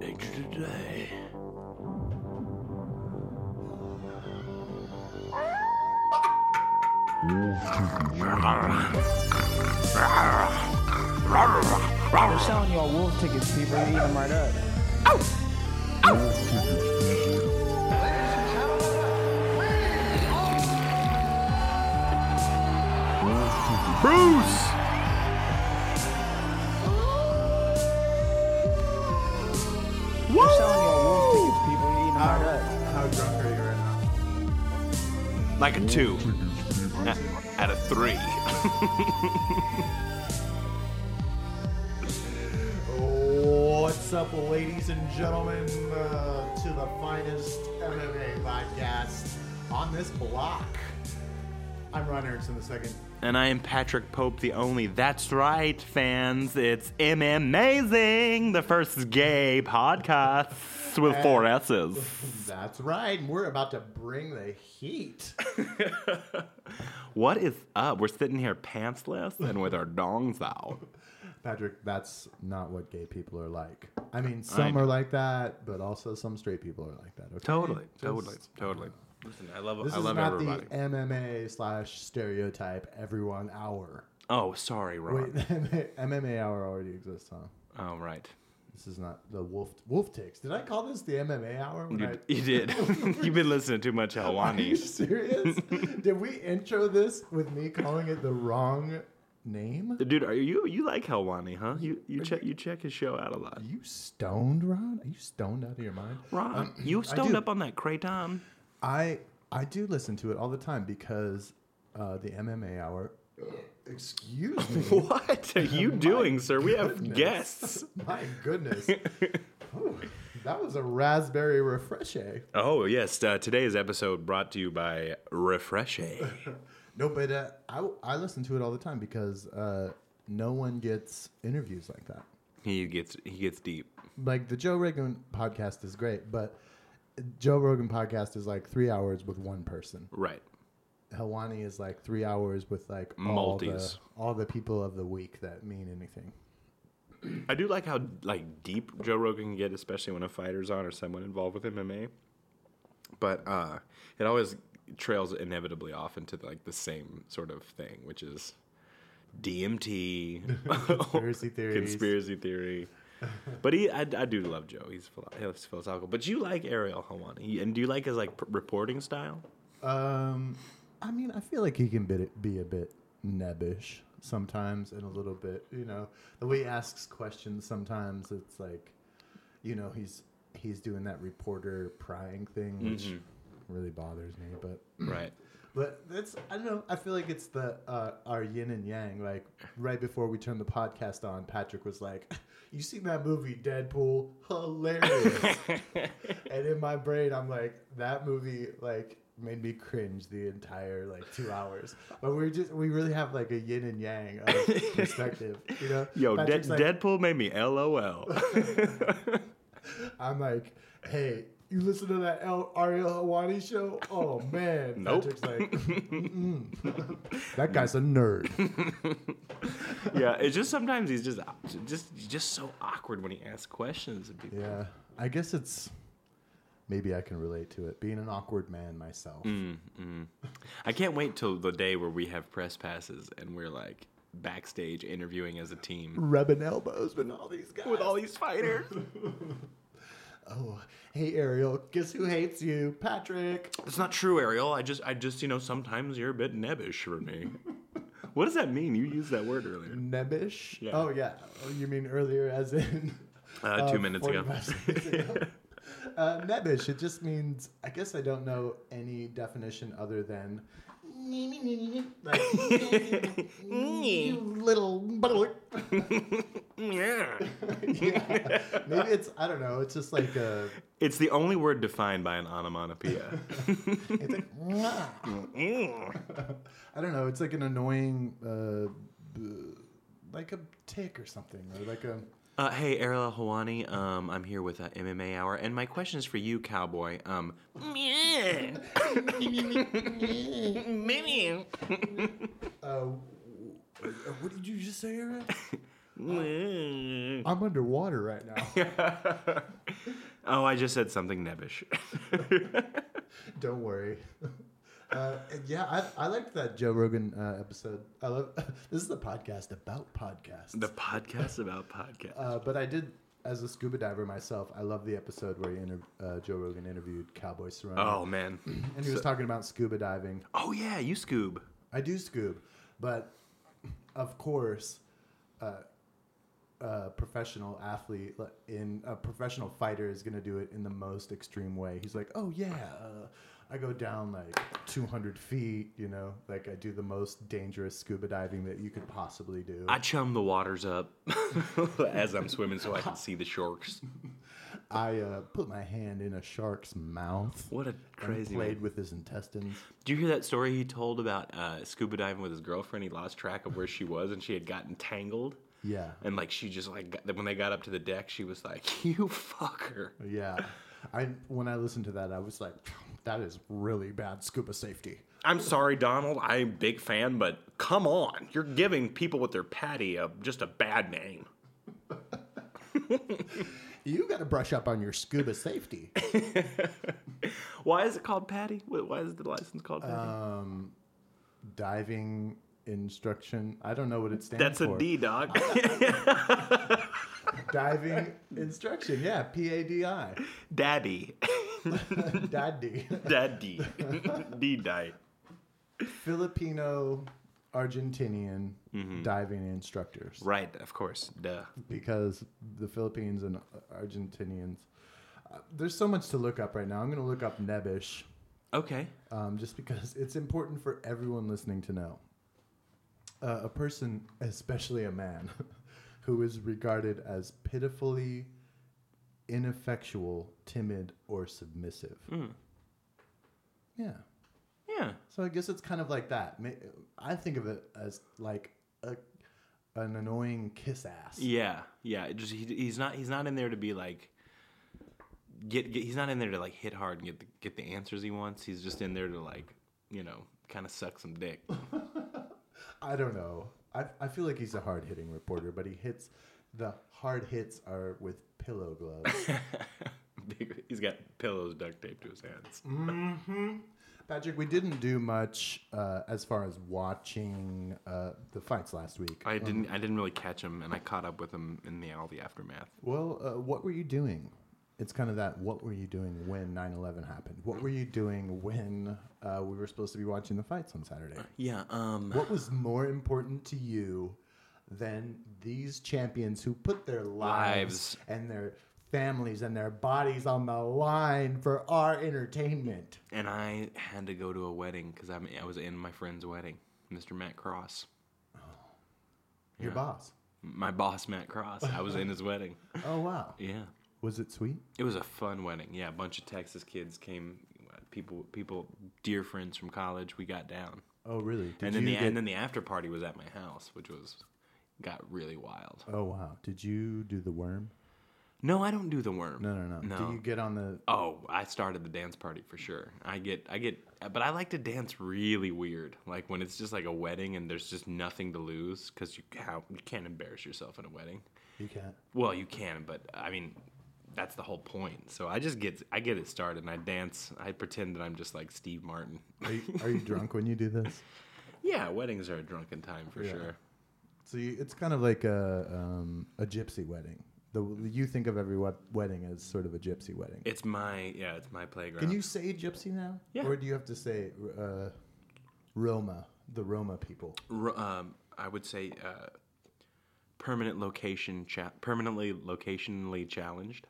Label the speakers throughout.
Speaker 1: It's the day.
Speaker 2: We're selling you all wolf tickets, people. You eat them right up.
Speaker 3: Bruce!
Speaker 2: We're selling you all wolf tickets, people. You eat them right up.
Speaker 4: How drunk are you right now?
Speaker 3: Like a two. At, at a three.
Speaker 4: What's up, ladies and gentlemen, uh, to the finest MMA podcast on this block. I'm Ron Erickson the second.
Speaker 3: And I am Patrick Pope, the only. That's right, fans. It's amazing, the first gay podcast with four S's.
Speaker 4: That's right. We're about to bring the heat.
Speaker 3: What is up? We're sitting here pantsless and with our dongs out.
Speaker 4: Patrick, that's not what gay people are like. I mean, some are like that, but also some straight people are like that. Okay?
Speaker 3: Totally,
Speaker 4: Just-
Speaker 3: totally, totally. Listen, I love,
Speaker 4: This
Speaker 3: I
Speaker 4: is
Speaker 3: love
Speaker 4: not
Speaker 3: everybody.
Speaker 4: the MMA slash stereotype everyone hour.
Speaker 3: Oh, sorry, Ron.
Speaker 4: Wait, MMA hour already exists, huh?
Speaker 3: Oh, right.
Speaker 4: This is not the wolf wolf ticks. Did I call this the MMA hour? When
Speaker 3: You,
Speaker 4: I,
Speaker 3: you did. You've been listening to too much
Speaker 4: Are you
Speaker 3: Helwani.
Speaker 4: serious? Did we intro this with me calling it the wrong name?
Speaker 3: Dude, are you you like Helwani, huh? You you check you check his show out a lot.
Speaker 4: Are you stoned, Ron? Are you stoned out of your mind?
Speaker 3: Ron,
Speaker 4: Um,
Speaker 3: you stoned
Speaker 4: do.
Speaker 3: up on that kratom.
Speaker 4: I I do listen to it all the time because uh, the MMA hour. uh, Excuse me.
Speaker 3: What are you doing, sir? We have guests.
Speaker 4: My goodness. Ooh, that was a raspberry refreshe.
Speaker 3: Oh yes, uh, today's episode brought to you by Refreshe.
Speaker 4: No, but uh, I I listen to it all the time because uh, no one gets interviews like that.
Speaker 3: he gets he gets deep.
Speaker 4: like the Joe Rogan podcast is great, but Joe Rogan podcast is like three hours with one person.
Speaker 3: Right.
Speaker 4: Helwani is like three hours with like all the,
Speaker 3: Multis.
Speaker 4: all the people of the week that mean anything.
Speaker 3: I do like how like deep Joe Rogan can get, especially when a fighter's on or someone involved with MMA. But uh, it always trails inevitably off into like the same sort of thing, which is DMT,
Speaker 4: Conspiracy theories.
Speaker 3: conspiracy theory. But he, I, I do love Joe. He's, philo- he's philosophical. But you like Ariel Hawani, and do you like his like p- reporting style?
Speaker 4: Um, I mean, I feel like he can be, be a bit nebbish sometimes, and a little bit, you know, the way he asks questions. Sometimes it's like, you know, he's he's doing that reporter prying thing, which really bothers me. But
Speaker 3: Right.
Speaker 4: But that's I don't know. I feel like it's the uh, our yin and yang. Like right before we turned the podcast on, Patrick was like, "You seen that movie Deadpool? Hilarious!" and in my brain, I'm like, "That movie like made me cringe the entire like two hours." But we just we really have like a yin and yang of perspective, you know?
Speaker 3: Yo, De-
Speaker 4: Patrick's like,
Speaker 3: Deadpool made me LOL.
Speaker 4: I'm like, "Hey." You listen to that El- Ariel Hawani show? Oh man!
Speaker 3: Nope.
Speaker 4: Patrick's like, "Mm-mm." that guy's a nerd.
Speaker 3: yeah, it's just sometimes he's just just just so awkward when he asks questions of people.
Speaker 4: Yeah, I guess it's maybe I can relate to it. Being an awkward man myself.
Speaker 3: I can't wait till the day where we have press passes and we're like backstage interviewing as a team
Speaker 4: Rubbing elbows with all these guys.
Speaker 3: with all these fighters.
Speaker 4: oh, hey Ariel, guess who hates you? Patrick.
Speaker 3: That's not true, Ariel. I just I just you know sometimes you're a bit nebbish for me. what does that mean? You used that word earlier.
Speaker 4: Nebbish.
Speaker 3: Yeah.
Speaker 4: Oh yeah. Oh, you mean earlier as in
Speaker 3: Uh, two minutes ago.
Speaker 4: 45 seconds ago. uh, nebbish. It just means I guess I don't know any definition other than like, you little
Speaker 3: yeah.
Speaker 4: yeah. Maybe it's I don't know. It's just like a
Speaker 3: It's the only word defined by an onomatopoeia.
Speaker 4: it's like "Mwah." I don't know. It's like an annoying uh, b- like a tick or something or like a
Speaker 3: Uh, hey, Ariel Hawani. Um, I'm here with uh, MMA Hour, and my question is for you, Cowboy. Um, meh. Meh.
Speaker 4: uh, w- uh, what did you just say, Eric?
Speaker 3: Meh.
Speaker 4: I'm underwater right now.
Speaker 3: Oh, I just said something nebbish.
Speaker 4: Don't worry. Uh, and yeah, I, I liked that Joe Rogan uh, episode. I love this is the podcast about podcasts.
Speaker 3: the podcast about podcasts.
Speaker 4: Uh, but I did, as a scuba diver myself, I love the episode where he inter- uh, Joe Rogan interviewed Cowboy Cerrone.
Speaker 3: oh man.
Speaker 4: And he was talking about scuba diving.
Speaker 3: Oh yeah, you Scoob.
Speaker 4: I do scuba, but of course, uh, a professional athlete like, in a professional fighter is going to do it in the most extreme way. He's like, oh yeah, uh, I go down like 200 feet, you know, like I do the most dangerous scuba diving that you could possibly do.
Speaker 3: I chum the waters up as I'm swimming so I can see the sharks.
Speaker 4: I uh, put my hand in a shark's mouth.
Speaker 3: What a crazy
Speaker 4: and played
Speaker 3: man.
Speaker 4: with his intestines.
Speaker 3: Do you hear that story he told about uh, scuba diving with his girlfriend? He lost track of where she was and she had gotten tangled.
Speaker 4: Yeah,
Speaker 3: And like she just like got, when they got up to the deck, she was like, "You fucker."
Speaker 4: yeah. I when I listened to that, I was like, that is really bad scuba safety.
Speaker 3: I'm sorry, Donald. I'm a big fan, but come on, you're giving people with their patty a, just a bad name.
Speaker 4: You got to brush up on your scuba safety.
Speaker 3: Why is it called patty? Wh- Why is the license called patty?
Speaker 4: Diving instruction. I don't know what it stands
Speaker 3: That's
Speaker 4: for.
Speaker 3: a D, doc.
Speaker 4: Diving instruction. Yeah, P A D I.
Speaker 3: Daddy,
Speaker 4: Daddy.
Speaker 3: daddy, D die.
Speaker 4: Filipino Argentinian
Speaker 3: Mm-hmm.
Speaker 4: diving instructors.
Speaker 3: Right, of course. Duh.
Speaker 4: because the Philippines and Argentinians. Uh, there's so much to look up right now. I'm going to look up Nebish
Speaker 3: Okay.
Speaker 4: um, just because it's important for everyone listening to know. Uh, a person, especially a man, who is regarded as pitifully ineffectual, timid, or submissive. Yeah.
Speaker 3: Yeah.
Speaker 4: So I guess it's kind of like that. Ma- I think of it as like a, an annoying kiss ass.
Speaker 3: Yeah. Yeah. It Just he, he's not he's not in there to be like get, get he's not in there to like hit hard and get the, get the answers he wants. He's just in there to like you know kind of suck some dick.
Speaker 4: I don't know. I, I feel like he's a hard hitting reporter, but he hits the hard hits are with pillow gloves.
Speaker 3: Big- he's got pillows duct taped to his hands.
Speaker 4: Patrick, we didn't do much uh, as far as watching uh, the fights last week.
Speaker 3: I didn't I didn't really catch him, and I caught up with him in the all the aftermath.
Speaker 4: well, uh, what were you doing? It's kind of that what were you doing when 9 11 happened? What were you doing when uh, we were supposed to be watching the fights on Saturday?
Speaker 3: Yeah. Um.
Speaker 4: What was more important to you than these champions who put their
Speaker 3: Lives.
Speaker 4: lives, and their families and their bodies on the line for our entertainment?
Speaker 3: And I had to go to a wedding because I'm I was in my friend's wedding, Mr. Matt Cross,
Speaker 4: Your boss.
Speaker 3: my boss Matt Cross. I was in his wedding.
Speaker 4: Oh wow.
Speaker 3: Yeah.
Speaker 4: Was it sweet?
Speaker 3: It was a fun wedding. Yeah, a bunch of Texas kids came. People, people, dear friends from college. We got down,
Speaker 4: Oh really? Did
Speaker 3: and then the
Speaker 4: you get-
Speaker 3: and then the after party was at my house, which was got really wild.
Speaker 4: Oh wow. Did you do the worm?
Speaker 3: No, I don't do the worm.
Speaker 4: No, no, no.
Speaker 3: No.
Speaker 4: Do you get on the
Speaker 3: Oh, I started the dance party for sure. I get, I get, but I like to dance really weird. Like when it's just like a wedding and there's just nothing to lose because you how you can't embarrass yourself in a wedding.
Speaker 4: you can't.
Speaker 3: Well, you can, but I mean, that's the whole point. So I just get, I get it started and I dance. I pretend that I'm just like Steve Martin.
Speaker 4: Are you, are you drunk when you do this?
Speaker 3: yeah, weddings are a drunken time for sure.
Speaker 4: So you, it's kind of like a um, a gypsy wedding. The you think of every wed- wedding as sort of a gypsy wedding.
Speaker 3: It's my, yeah, it's my playground.
Speaker 4: Can you say gypsy now?
Speaker 3: Yeah.
Speaker 4: Or do you have to say uh, Roma, the Roma people?
Speaker 3: Ro- um, I would say uh, permanent location, cha- permanently locationally challenged.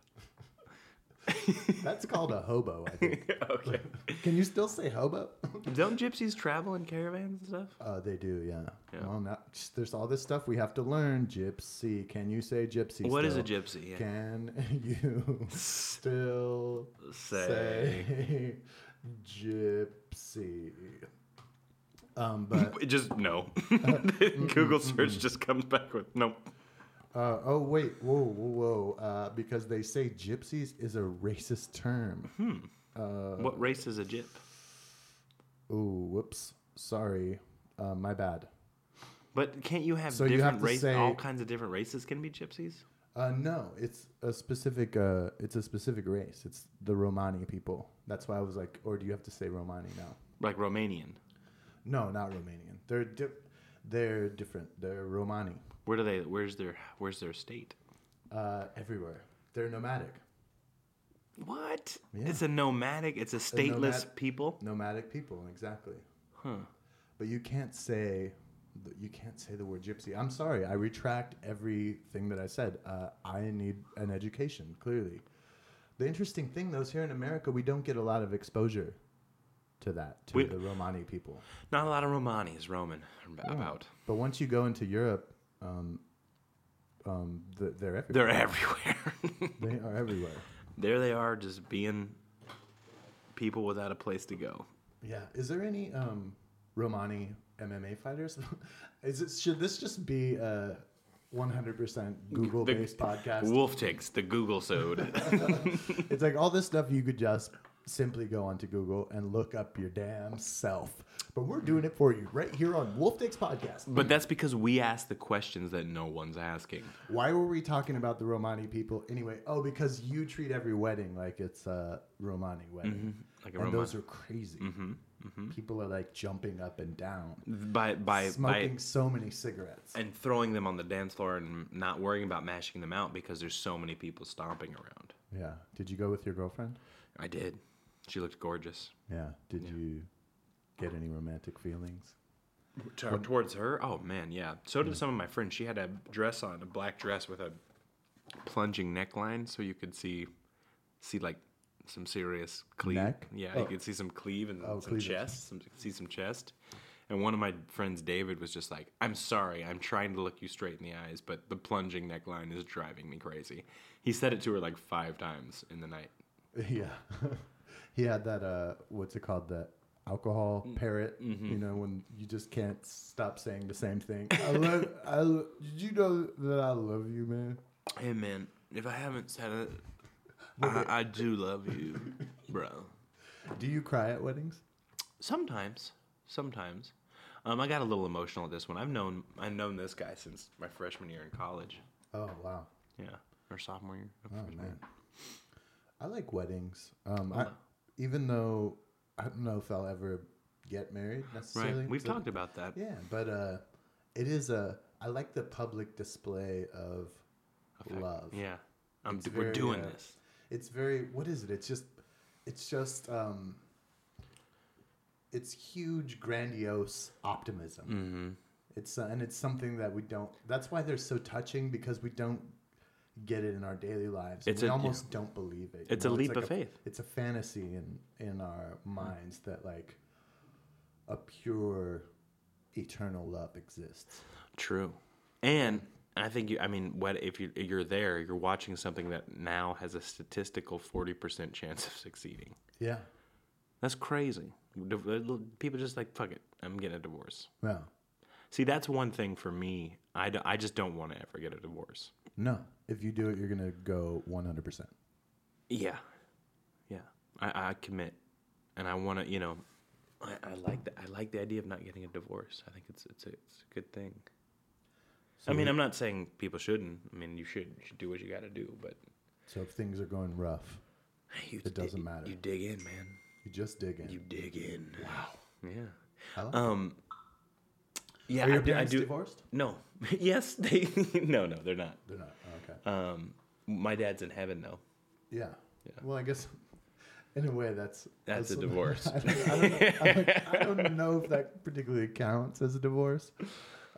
Speaker 4: That's called a hobo, I think.
Speaker 3: okay.
Speaker 4: Can you still say hobo?
Speaker 3: Don't gypsies travel in caravans and stuff?
Speaker 4: Uh, they do, yeah.
Speaker 3: Yeah.
Speaker 4: Well, now, there's all this stuff we have to learn. Gypsy. Can you say gypsy?
Speaker 3: What is
Speaker 4: still?
Speaker 3: a gypsy? Yeah.
Speaker 4: Can you still
Speaker 3: Say.
Speaker 4: say gypsy? Um, but
Speaker 3: It just no. Google search just comes back with no.
Speaker 4: Uh, oh wait, whoa, whoa, whoa! Uh, because they say gypsies is a racist term. Uh,
Speaker 3: what race is a gyp?
Speaker 4: Ooh, whoops, sorry, uh, my bad.
Speaker 3: But can't you have
Speaker 4: So you have
Speaker 3: different
Speaker 4: to
Speaker 3: race?
Speaker 4: say-
Speaker 3: all kinds of different races can be gypsies.
Speaker 4: Uh, no, it's a specific. Uh, it's a specific race. It's the Romani people. That's why I was like, or do you have to say Romani now?
Speaker 3: Like Romanian.
Speaker 4: No, not Romanian. They're di- they're different. They're Romani.
Speaker 3: Where do they? Where's their? Where's their state?
Speaker 4: Uh, everywhere. They're nomadic.
Speaker 3: What?
Speaker 4: Yeah.
Speaker 3: It's a nomadic. It's a stateless
Speaker 4: nomad-
Speaker 3: people.
Speaker 4: Nomadic people, exactly.
Speaker 3: Huh.
Speaker 4: But you can't say th- you can't say the word gypsy. I'm sorry. I retract everything that I said. Uh, I need an education, clearly. The interesting thing, though, is here in America, we don't get a lot of exposure to that to
Speaker 3: We-
Speaker 4: the Romani people.
Speaker 3: Not a lot of Romani is Roman ab-
Speaker 4: Hmm.
Speaker 3: about.
Speaker 4: But once you go into Europe, um, um, th- they're everywhere.
Speaker 3: They're everywhere.
Speaker 4: They are everywhere.
Speaker 3: there they are, just being people without a place to go.
Speaker 4: Yeah. Is there any um, Romani MMA fighters? Is it should this just be a 100% Google-based podcast?
Speaker 3: Wolf takes the Google sode.
Speaker 4: It's like all this stuff you could just simply go onto Google and look up your damn self. But we're doing it for you right here on Wolf Dicks Podcast.
Speaker 3: but that's because we ask the questions that no one's asking.
Speaker 4: Why were we talking about the Romani people anyway? Oh, because you treat every wedding like it's a Romani wedding.
Speaker 3: Like a
Speaker 4: and
Speaker 3: Roman.
Speaker 4: those are crazy. People are like jumping up and down,
Speaker 3: by by
Speaker 4: smoking
Speaker 3: by
Speaker 4: so many cigarettes.
Speaker 3: and throwing them on the dance floor and not worrying about mashing them out because there's so many people stomping around.
Speaker 4: Yeah. Did you go with your girlfriend?
Speaker 3: I did. She looked gorgeous.
Speaker 4: Yeah. Did you get any romantic feelings?
Speaker 3: T- towards her oh man yeah so did some of my friends she had a dress on a black dress with a plunging neckline so you could see see like some serious cleave
Speaker 4: Neck?
Speaker 3: yeah
Speaker 4: Oh.
Speaker 3: you could see some cleave and
Speaker 4: Oh,
Speaker 3: some
Speaker 4: cleavage.
Speaker 3: chest some see some chest and one of my friends david was just like i'm sorry i'm trying to look you straight in the eyes but the plunging neckline is driving me crazy he said it to her like five times in the night
Speaker 4: Yeah. he had that uh what's it called? That alcohol
Speaker 3: Mm.
Speaker 4: parrot,
Speaker 3: Mm-hmm.
Speaker 4: you know, when you just can't stop saying the same thing. I love I lo- did you know that I love you, man?
Speaker 3: hey man if i haven't said it I, I do love you bro
Speaker 4: Do you cry at weddings?
Speaker 3: Sometimes, sometimes. Um, I got a little emotional at this one. I've known I've known this guy since my freshman year in college.
Speaker 4: Oh wow.
Speaker 3: Yeah, or sophomore year.
Speaker 4: Oh man. I like weddings. Um
Speaker 3: Oh,
Speaker 4: I, even though I don't know if I'll ever get married
Speaker 3: Right.
Speaker 4: necessarily.
Speaker 3: We've
Speaker 4: so-
Speaker 3: talked about that.
Speaker 4: Yeah, but uh it is a I like the public display of love.
Speaker 3: Yeah. Um,
Speaker 4: It's
Speaker 3: d- we're
Speaker 4: very,
Speaker 3: doing
Speaker 4: uh,
Speaker 3: this.
Speaker 4: It's very what is it? It's just it's just um it's huge grandiose optimism.
Speaker 3: Mm-hmm.
Speaker 4: It's uh, and it's something that we don't that's why they're so touching because we don't get it in our daily lives.
Speaker 3: It's
Speaker 4: we
Speaker 3: a-
Speaker 4: almost don't believe it. you
Speaker 3: It's a leap
Speaker 4: like
Speaker 3: of faith.
Speaker 4: It's a fantasy in in our minds that like a pure eternal love exists.
Speaker 3: True. And I think you. I mean, what if you you're there, you're watching something that now has a statistical forty percent chance of succeeding.
Speaker 4: Yeah.
Speaker 3: That's crazy. Div- uh, People just like fuck it. I'm getting a divorce.
Speaker 4: No.
Speaker 3: See, that's one thing for me. I, d- I just don't want to ever get a divorce.
Speaker 4: No. If you do it you're going to go 100%.
Speaker 3: Yeah, yeah. I, I commit, and I want to. You know, I, I like the I like the idea of not getting a divorce. I think it's it's a, it's a good thing. I mean, I'm not saying people shouldn't. I mean, you should you should do what you got to do, but
Speaker 4: So if things are going rough,
Speaker 3: you
Speaker 4: It doesn't
Speaker 3: di-
Speaker 4: matter.
Speaker 3: You dig in, man.
Speaker 4: You just dig in.
Speaker 3: You dig in. Wow. Yeah.
Speaker 4: I like
Speaker 3: Um. Yeah,
Speaker 4: Are your
Speaker 3: I, do- I
Speaker 4: parents
Speaker 3: do.
Speaker 4: divorced?
Speaker 3: No. yes, they. no, no, they're not.
Speaker 4: They're not. Oh, okay.
Speaker 3: Um, my dad's in heaven though.
Speaker 4: yeah. Well, I guess in a way that's
Speaker 3: That's a divorce.
Speaker 4: I, don't, I, don't know, I'm like, I don't know if that particularly counts as a divorce.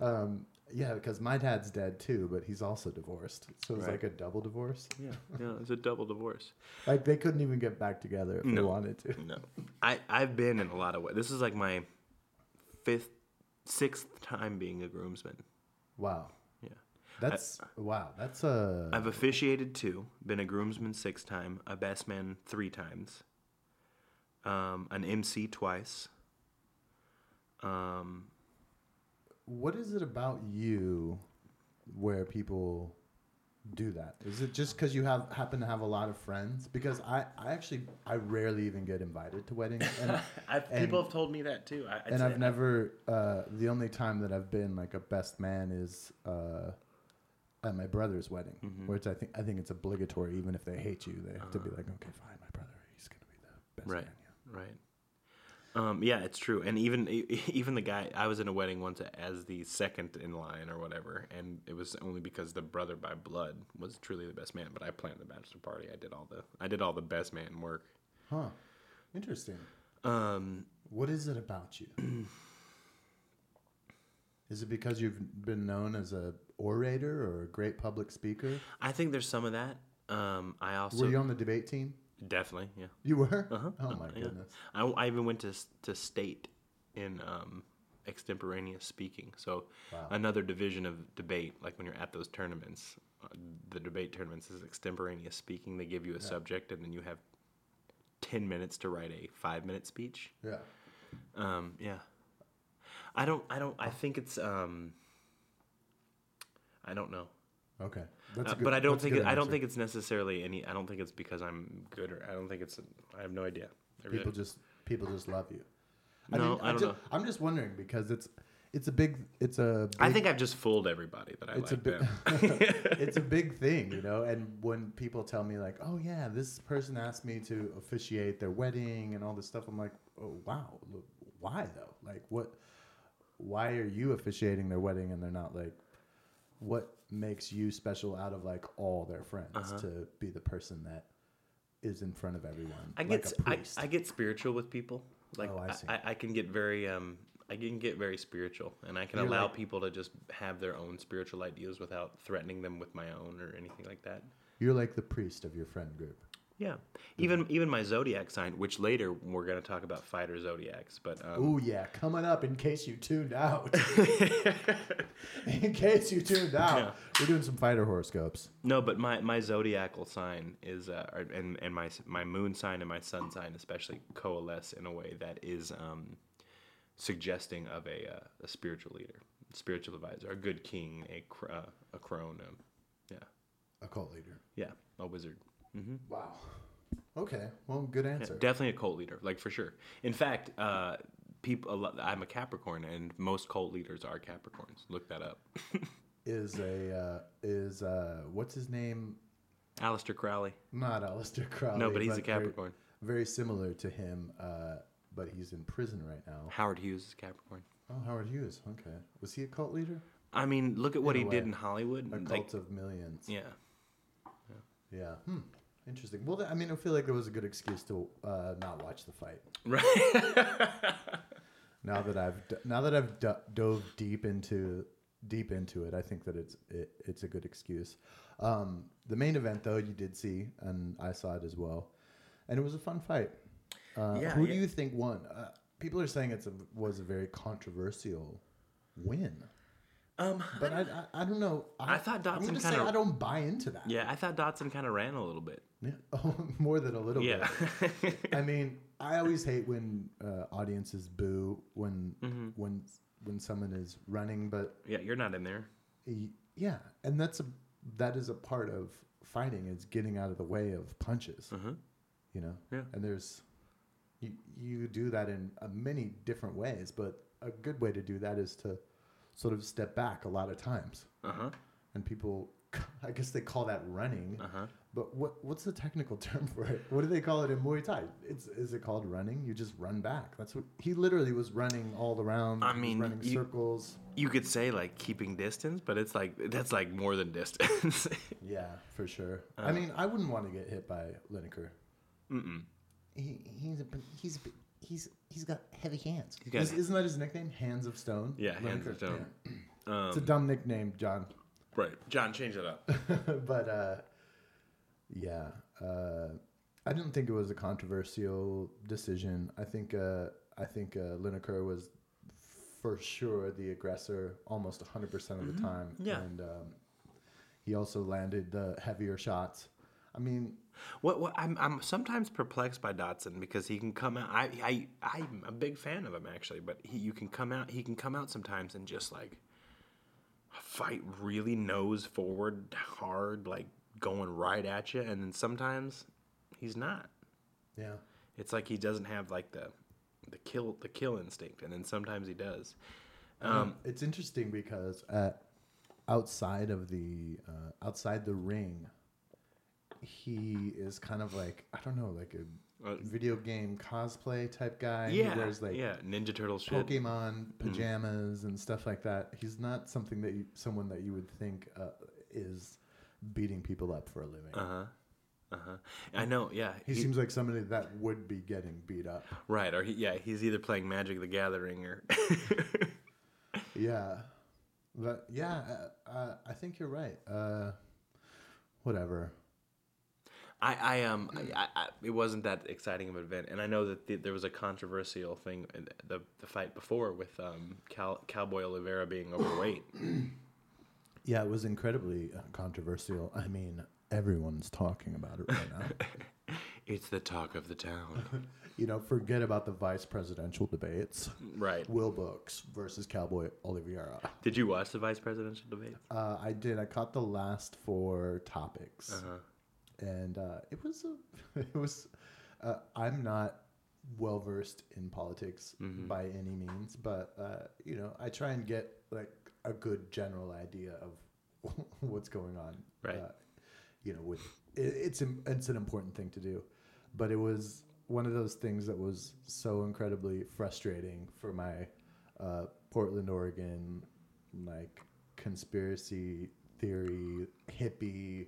Speaker 4: Um, yeah, because my dad's dead too, but he's also divorced, so it's
Speaker 3: Right.
Speaker 4: like a double divorce.
Speaker 3: Yeah. Yeah, it's a double divorce.
Speaker 4: Like they couldn't even get back together if they wanted to.
Speaker 3: No. I, I've been in a lot of ways. This is like my fifth, sixth time being a groomsman.
Speaker 4: Wow,
Speaker 3: Yeah.
Speaker 4: that's wow, that's a
Speaker 3: I've officiated two, been a groomsman six time, a best man three times, um, an MC twice. Um,
Speaker 4: What is it about you where people do that? Is it just because you have happen to have a lot of friends? Because I, I actually I rarely even get invited to weddings, and,
Speaker 3: I've,
Speaker 4: And-
Speaker 3: people have told me that too. I,
Speaker 4: and I've never. Uh, the only time that I've been like a best man is uh, at my brother's wedding, where it's I think I think it's obligatory even if they hate you, they have to be like, okay, fine, my brother, he's gonna be the best
Speaker 3: Right.
Speaker 4: man. yeah."
Speaker 3: Right. Um, yeah, it's true. And even e, even the guy I was in a wedding once as the second in line or whatever, and it was only because the brother by blood was truly the best man. But I planned the bachelor party. I did all the I did all the best man work.
Speaker 4: Huh. Interesting.
Speaker 3: Um,
Speaker 4: What is it about you? is it because you've been known as a orator or a great public speaker?
Speaker 3: I think there's some of that. Um, I also
Speaker 4: Were you on the debate team?
Speaker 3: definitely yeah.
Speaker 4: You were?
Speaker 3: Uh-huh.
Speaker 4: Oh my goodness.
Speaker 3: I, I even went to s- to state in um, extemporaneous speaking. So another division of debate, like when you're at those tournaments, uh, the debate tournaments is extemporaneous speaking. They give you a subject, and then you have ten minutes to write a five minute speech.
Speaker 4: Yeah.
Speaker 3: Um, yeah. I don't. I don't. I think it's. Um, I don't know.
Speaker 4: Okay. That's
Speaker 3: Uh,
Speaker 4: a good,
Speaker 3: but I don't
Speaker 4: that's a
Speaker 3: think
Speaker 4: good
Speaker 3: it, I don't
Speaker 4: answer.
Speaker 3: think it's necessarily any. I don't think it's because I'm good or I don't think it's. I have no idea. I really-
Speaker 4: people just people just love you.
Speaker 3: No,
Speaker 4: didn't-
Speaker 3: I don't
Speaker 4: ju-
Speaker 3: know.
Speaker 4: I'm just wondering because it's it's a big it's a big,
Speaker 3: I think I've just fooled everybody that I
Speaker 4: It's a
Speaker 3: like
Speaker 4: bit-
Speaker 3: them.
Speaker 4: it's a big thing, you know. And when people tell me like, "Oh yeah, this person asked me to officiate their wedding and all this stuff," I'm like, "Oh wow, look, why though? Like, what? Why are you officiating their wedding and they're not like? What makes you special out of like all their friends
Speaker 3: Uh-huh.
Speaker 4: to be the person that is in front of everyone?
Speaker 3: I
Speaker 4: like
Speaker 3: get
Speaker 4: a
Speaker 3: I,
Speaker 4: priest.
Speaker 3: I get spiritual with people. Like
Speaker 4: Oh, I
Speaker 3: I,
Speaker 4: see.
Speaker 3: I, I can get very um I can get very spiritual, and I can
Speaker 4: You're
Speaker 3: allow
Speaker 4: like-
Speaker 3: people to just have their own spiritual ideas without threatening them with my own or anything like that.
Speaker 4: You're like the priest of your friend group.
Speaker 3: Yeah,
Speaker 4: Hmm.
Speaker 3: even even my zodiac sign, which later we're gonna talk about fighter zodiacs, but um,
Speaker 4: Ooh yeah, coming up in case you tuned out. in case you tuned out,
Speaker 3: Yeah.
Speaker 4: we're doing some fighter horoscopes.
Speaker 3: No, but my, my zodiacal sign is, uh, or- and and my my moon sign and my sun sign especially coalesce in a way that is um, suggesting of a, uh, a spiritual leader, spiritual advisor, a good king, a cr- uh, a crone, um, yeah,
Speaker 4: a cult leader.
Speaker 3: yeah, a wizard.
Speaker 4: Wow. Okay. Well, good answer.
Speaker 3: Definitely a cult leader, like for sure. In fact, uh, people, a lot, I'm a Capricorn, and most cult leaders are Capricorns. Look that up.
Speaker 4: is a uh, is uh, what's his name?
Speaker 3: Aleister Crowley.
Speaker 4: Not Aleister Crowley.
Speaker 3: No, but he's a
Speaker 4: very-
Speaker 3: Capricorn.
Speaker 4: Very, similar to him, uh, but he's in prison right now.
Speaker 3: Howard Hughes is Capricorn.
Speaker 4: Oh, Howard Hughes. Okay. Was he a cult leader?
Speaker 3: I mean, look at what
Speaker 4: In a
Speaker 3: he did
Speaker 4: way.
Speaker 3: in Hollywood.
Speaker 4: A
Speaker 3: like-
Speaker 4: cult of millions.
Speaker 3: yeah.
Speaker 4: Yeah. Hmm. Interesting. Well, th- I mean, I feel like there was a good excuse to uh, not watch the fight.
Speaker 3: Right.
Speaker 4: Now that I've d- now that I've d- dove deep into deep into it, I think that it's it, it's a good excuse. Um, the main event though, you did see, and I saw it as well, and it was a fun fight. Uh,
Speaker 3: Yeah,
Speaker 4: who
Speaker 3: yeah.
Speaker 4: do you think won? Uh, people are saying it's a, was a very controversial win,
Speaker 3: Um,
Speaker 4: but I, I, I don't know.
Speaker 3: I thought
Speaker 4: I'm
Speaker 3: Dotson
Speaker 4: gonna say
Speaker 3: kinda-
Speaker 4: I don't buy into that.
Speaker 3: yeah, I thought Dotson kind of ran a little bit.
Speaker 4: Yeah. Oh, more than a little
Speaker 3: Yeah.
Speaker 4: bit. I mean, I always hate when uh, audiences boo when when when someone is running, but
Speaker 3: yeah, you're not in there.
Speaker 4: y- yeah, and that's a that is a part of fighting is getting out of the way of punches. You know,
Speaker 3: Yeah.
Speaker 4: and there's you you do that in uh, many different ways, but a good way to do that is to sort of step back a lot of times,
Speaker 3: Uh huh.
Speaker 4: and people. I guess they call that running,
Speaker 3: Uh-huh.
Speaker 4: but what what's the technical term for it? What do they call it in Muay Thai? It's is it called running? You just run back. That's what he literally was running all around.
Speaker 3: I
Speaker 4: he was
Speaker 3: mean,
Speaker 4: running
Speaker 3: you-
Speaker 4: circles.
Speaker 3: You could say like keeping distance, but it's like that's like more than distance.
Speaker 4: Yeah, for sure. I mean, I wouldn't want to get hit by Lineker.
Speaker 3: Uh. Mm-mm.
Speaker 1: He, he's a b- he's a b- he's he's got heavy hands.
Speaker 3: You got-
Speaker 4: Is, isn't that his nickname? Hands of Stone.
Speaker 3: yeah, hands
Speaker 4: Lineker.
Speaker 3: of stone. Um,
Speaker 4: It's a dumb nickname, John.
Speaker 3: Right, John, change it up.
Speaker 4: but uh, yeah, uh, I didn't think it was a controversial decision. I think uh, I think uh, Lineker was for sure the aggressor almost 100% of the time.
Speaker 3: Yeah.
Speaker 4: And um, he also landed the heavier shots. I mean,
Speaker 3: What, what I'm, I'm sometimes perplexed by Dotson because he can come out. I, I, I'm a big fan of him actually, but he, you can come out. He can come out sometimes and just like fight really nose forward hard, like going right at you, and then sometimes he's not.
Speaker 4: yeah.
Speaker 3: It's like he doesn't have like the the kill the kill instinct, and then sometimes he does.
Speaker 4: it's interesting because at outside of the uh, outside the ring, he is kind of like I don't know, like a
Speaker 3: Uh,
Speaker 4: video game cosplay type guy.
Speaker 3: Yeah,
Speaker 4: He wears like
Speaker 3: yeah, Ninja Turtle shit. Mm-hmm.
Speaker 4: Pokemon pajamas and stuff like that. He's not something that you, someone that you would think uh, is beating people up for a living.
Speaker 3: Uh huh. Uh huh. I know. Yeah.
Speaker 4: he,
Speaker 3: he-
Speaker 4: seems like somebody that would be getting beat up.
Speaker 3: right. Or he, yeah, he's either playing Magic the Gathering or.
Speaker 4: Yeah, but yeah, uh, uh, I think you're right. Uh, whatever.
Speaker 3: I, I um I, I, it wasn't that exciting of an event, and I know that the, there was a controversial thing in the the fight before with um Cal, Cowboy Oliveira being overweight.
Speaker 4: Yeah, it was incredibly uh, controversial. I mean, everyone's talking about it right now.
Speaker 3: it's the talk of the town.
Speaker 4: you know, forget about the vice presidential debates.
Speaker 3: right.
Speaker 4: Will Brooks versus Cowboy Oliveira.
Speaker 3: Did you watch the vice presidential debate?
Speaker 4: Uh, I did. I caught the last four topics,
Speaker 3: Uh-huh.
Speaker 4: and uh, it was a, it was. Uh, I'm not well versed in politics by any means, but uh, you know, I try and get like a good general idea of what's going on.
Speaker 3: Right.
Speaker 4: Uh, you know, with it, it's im- it's an important thing to do, but it was one of those things that was so incredibly frustrating for my uh, Portland, Oregon, like conspiracy theory hippie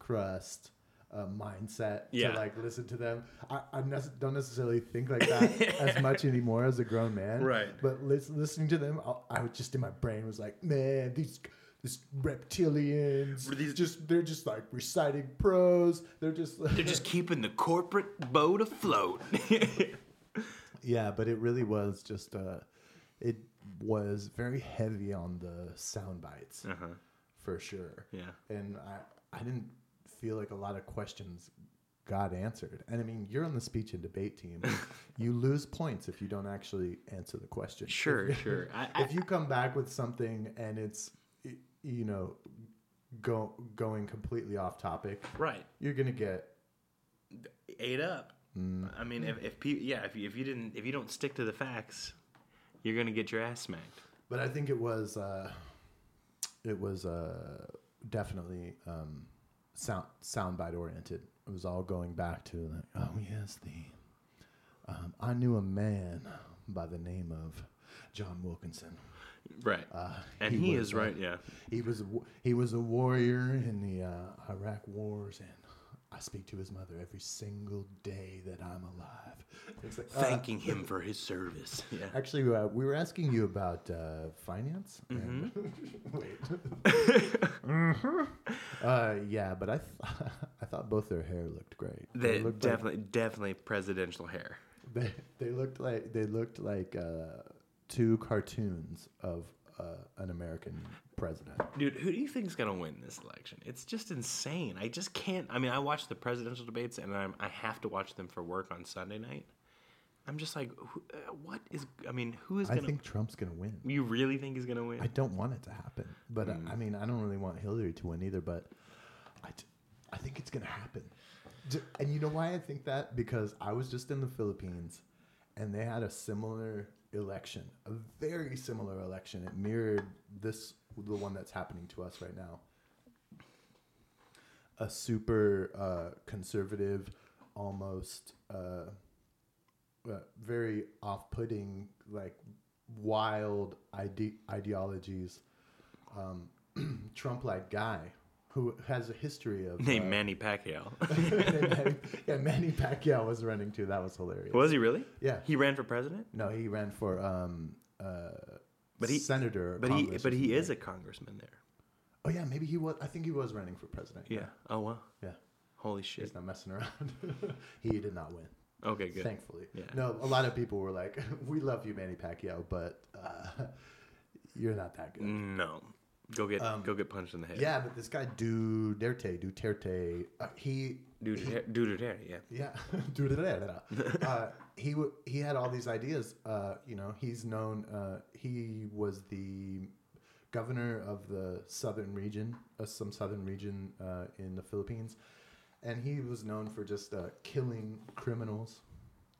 Speaker 4: crust uh, mindset
Speaker 3: Yeah.
Speaker 4: to like listen to them. I, I nec- don't necessarily think like that as much anymore as a grown man,
Speaker 3: Right.
Speaker 4: But lis- listening to them, I, I was just in my brain was like, man, these. This reptilians,
Speaker 3: Were these-
Speaker 4: just they're just like reciting prose. They're just
Speaker 3: They're just keeping the corporate boat afloat.
Speaker 4: Yeah, but it really was just uh, it was very heavy on the sound bites for sure.
Speaker 3: Uh-huh. Yeah.
Speaker 4: and I I didn't feel like a lot of questions got answered. And I mean, you're on the speech and debate team. you lose points if you don't actually answer the question.
Speaker 3: sure, sure. I, I,
Speaker 4: If you come back with something and it's y- you know go going completely off topic,
Speaker 3: right.
Speaker 4: you're gonna get
Speaker 3: ate up.
Speaker 4: Mm.
Speaker 3: I mean, if, if people, yeah, if you, if you didn't, if you don't stick to the facts, you're gonna get your ass smacked.
Speaker 4: but I think it was uh, it was uh, definitely um, sound soundbite oriented. It was all going back to like, oh yes, the um, I knew a man by the name of John Wilkinson.
Speaker 3: Right. and
Speaker 4: he
Speaker 3: he,
Speaker 4: was,
Speaker 3: is
Speaker 4: uh,
Speaker 3: right. Yeah.
Speaker 4: He was a, wa- he was a warrior in the uh, Iraq wars, and I speak to his mother every single day that I'm alive. It's like, uh,
Speaker 3: Thanking him for his service. Yeah.
Speaker 4: Actually, uh, we were asking you about uh, finance. and-
Speaker 3: Mm-hmm.
Speaker 4: Wait. uh, yeah, but I, th- I thought both their hair looked great.
Speaker 3: They
Speaker 4: looked
Speaker 3: definitely, definitely presidential hair.
Speaker 4: Like, they, they looked like they looked like uh, two cartoons of uh, an American president.
Speaker 3: Dude, who do you think's gonna win this election? It's just insane. I just can't. I mean, I watch the presidential debates, and I'm, I have to watch them for work on Sunday night. I'm just like, who, uh, what is? I mean, who is
Speaker 4: I
Speaker 3: gonna?
Speaker 4: think Trump's gonna win.
Speaker 3: you really think he's gonna win?
Speaker 4: I don't want it to happen, but uh, I mean, I don't really want Hillary to win either. But I, d- I think it's gonna happen. D- And you know why I think that? Because I was just in the Philippines, and they had a similar election, a very similar election. It mirrored this, the one that's happening to us right now. A super uh, conservative, almost. Uh, uh, very off-putting, like wild ide- ideologies. Um, Trump-like guy who has a history of uh,
Speaker 3: Named Manny Pacquiao.
Speaker 4: yeah. Manny Pacquiao was running too. That was hilarious.
Speaker 3: was he really?
Speaker 4: Yeah.
Speaker 3: He ran for president.
Speaker 4: No, he ran for um, uh,
Speaker 3: But he-
Speaker 4: senator. or
Speaker 3: But he,
Speaker 4: Congress or
Speaker 3: but he
Speaker 4: something.
Speaker 3: is a congressman there.
Speaker 4: Oh yeah, maybe he was. I think he was running for president.
Speaker 3: Yeah. Oh wow.
Speaker 4: yeah.
Speaker 3: Holy shit.
Speaker 4: He's not messing around. he did not win.
Speaker 3: Okay. Good.
Speaker 4: Thankfully,
Speaker 3: Yeah.
Speaker 4: no. A lot of people were like, "We love you, Manny Pacquiao, but uh, you're not that
Speaker 3: Mm.
Speaker 4: good."
Speaker 3: No. Go get go get punched in the head.
Speaker 4: Um, Yeah, but this guy Duterte, Duterte, uh, he
Speaker 3: Duterte. Duterte. Yeah.
Speaker 4: yeah, Duterte. uh, he w- he had all these ideas. Uh, you know, he's known. Uh, he was the governor of the southern region, uh, some southern region uh, in the Philippines, and he was known for just uh, killing criminals,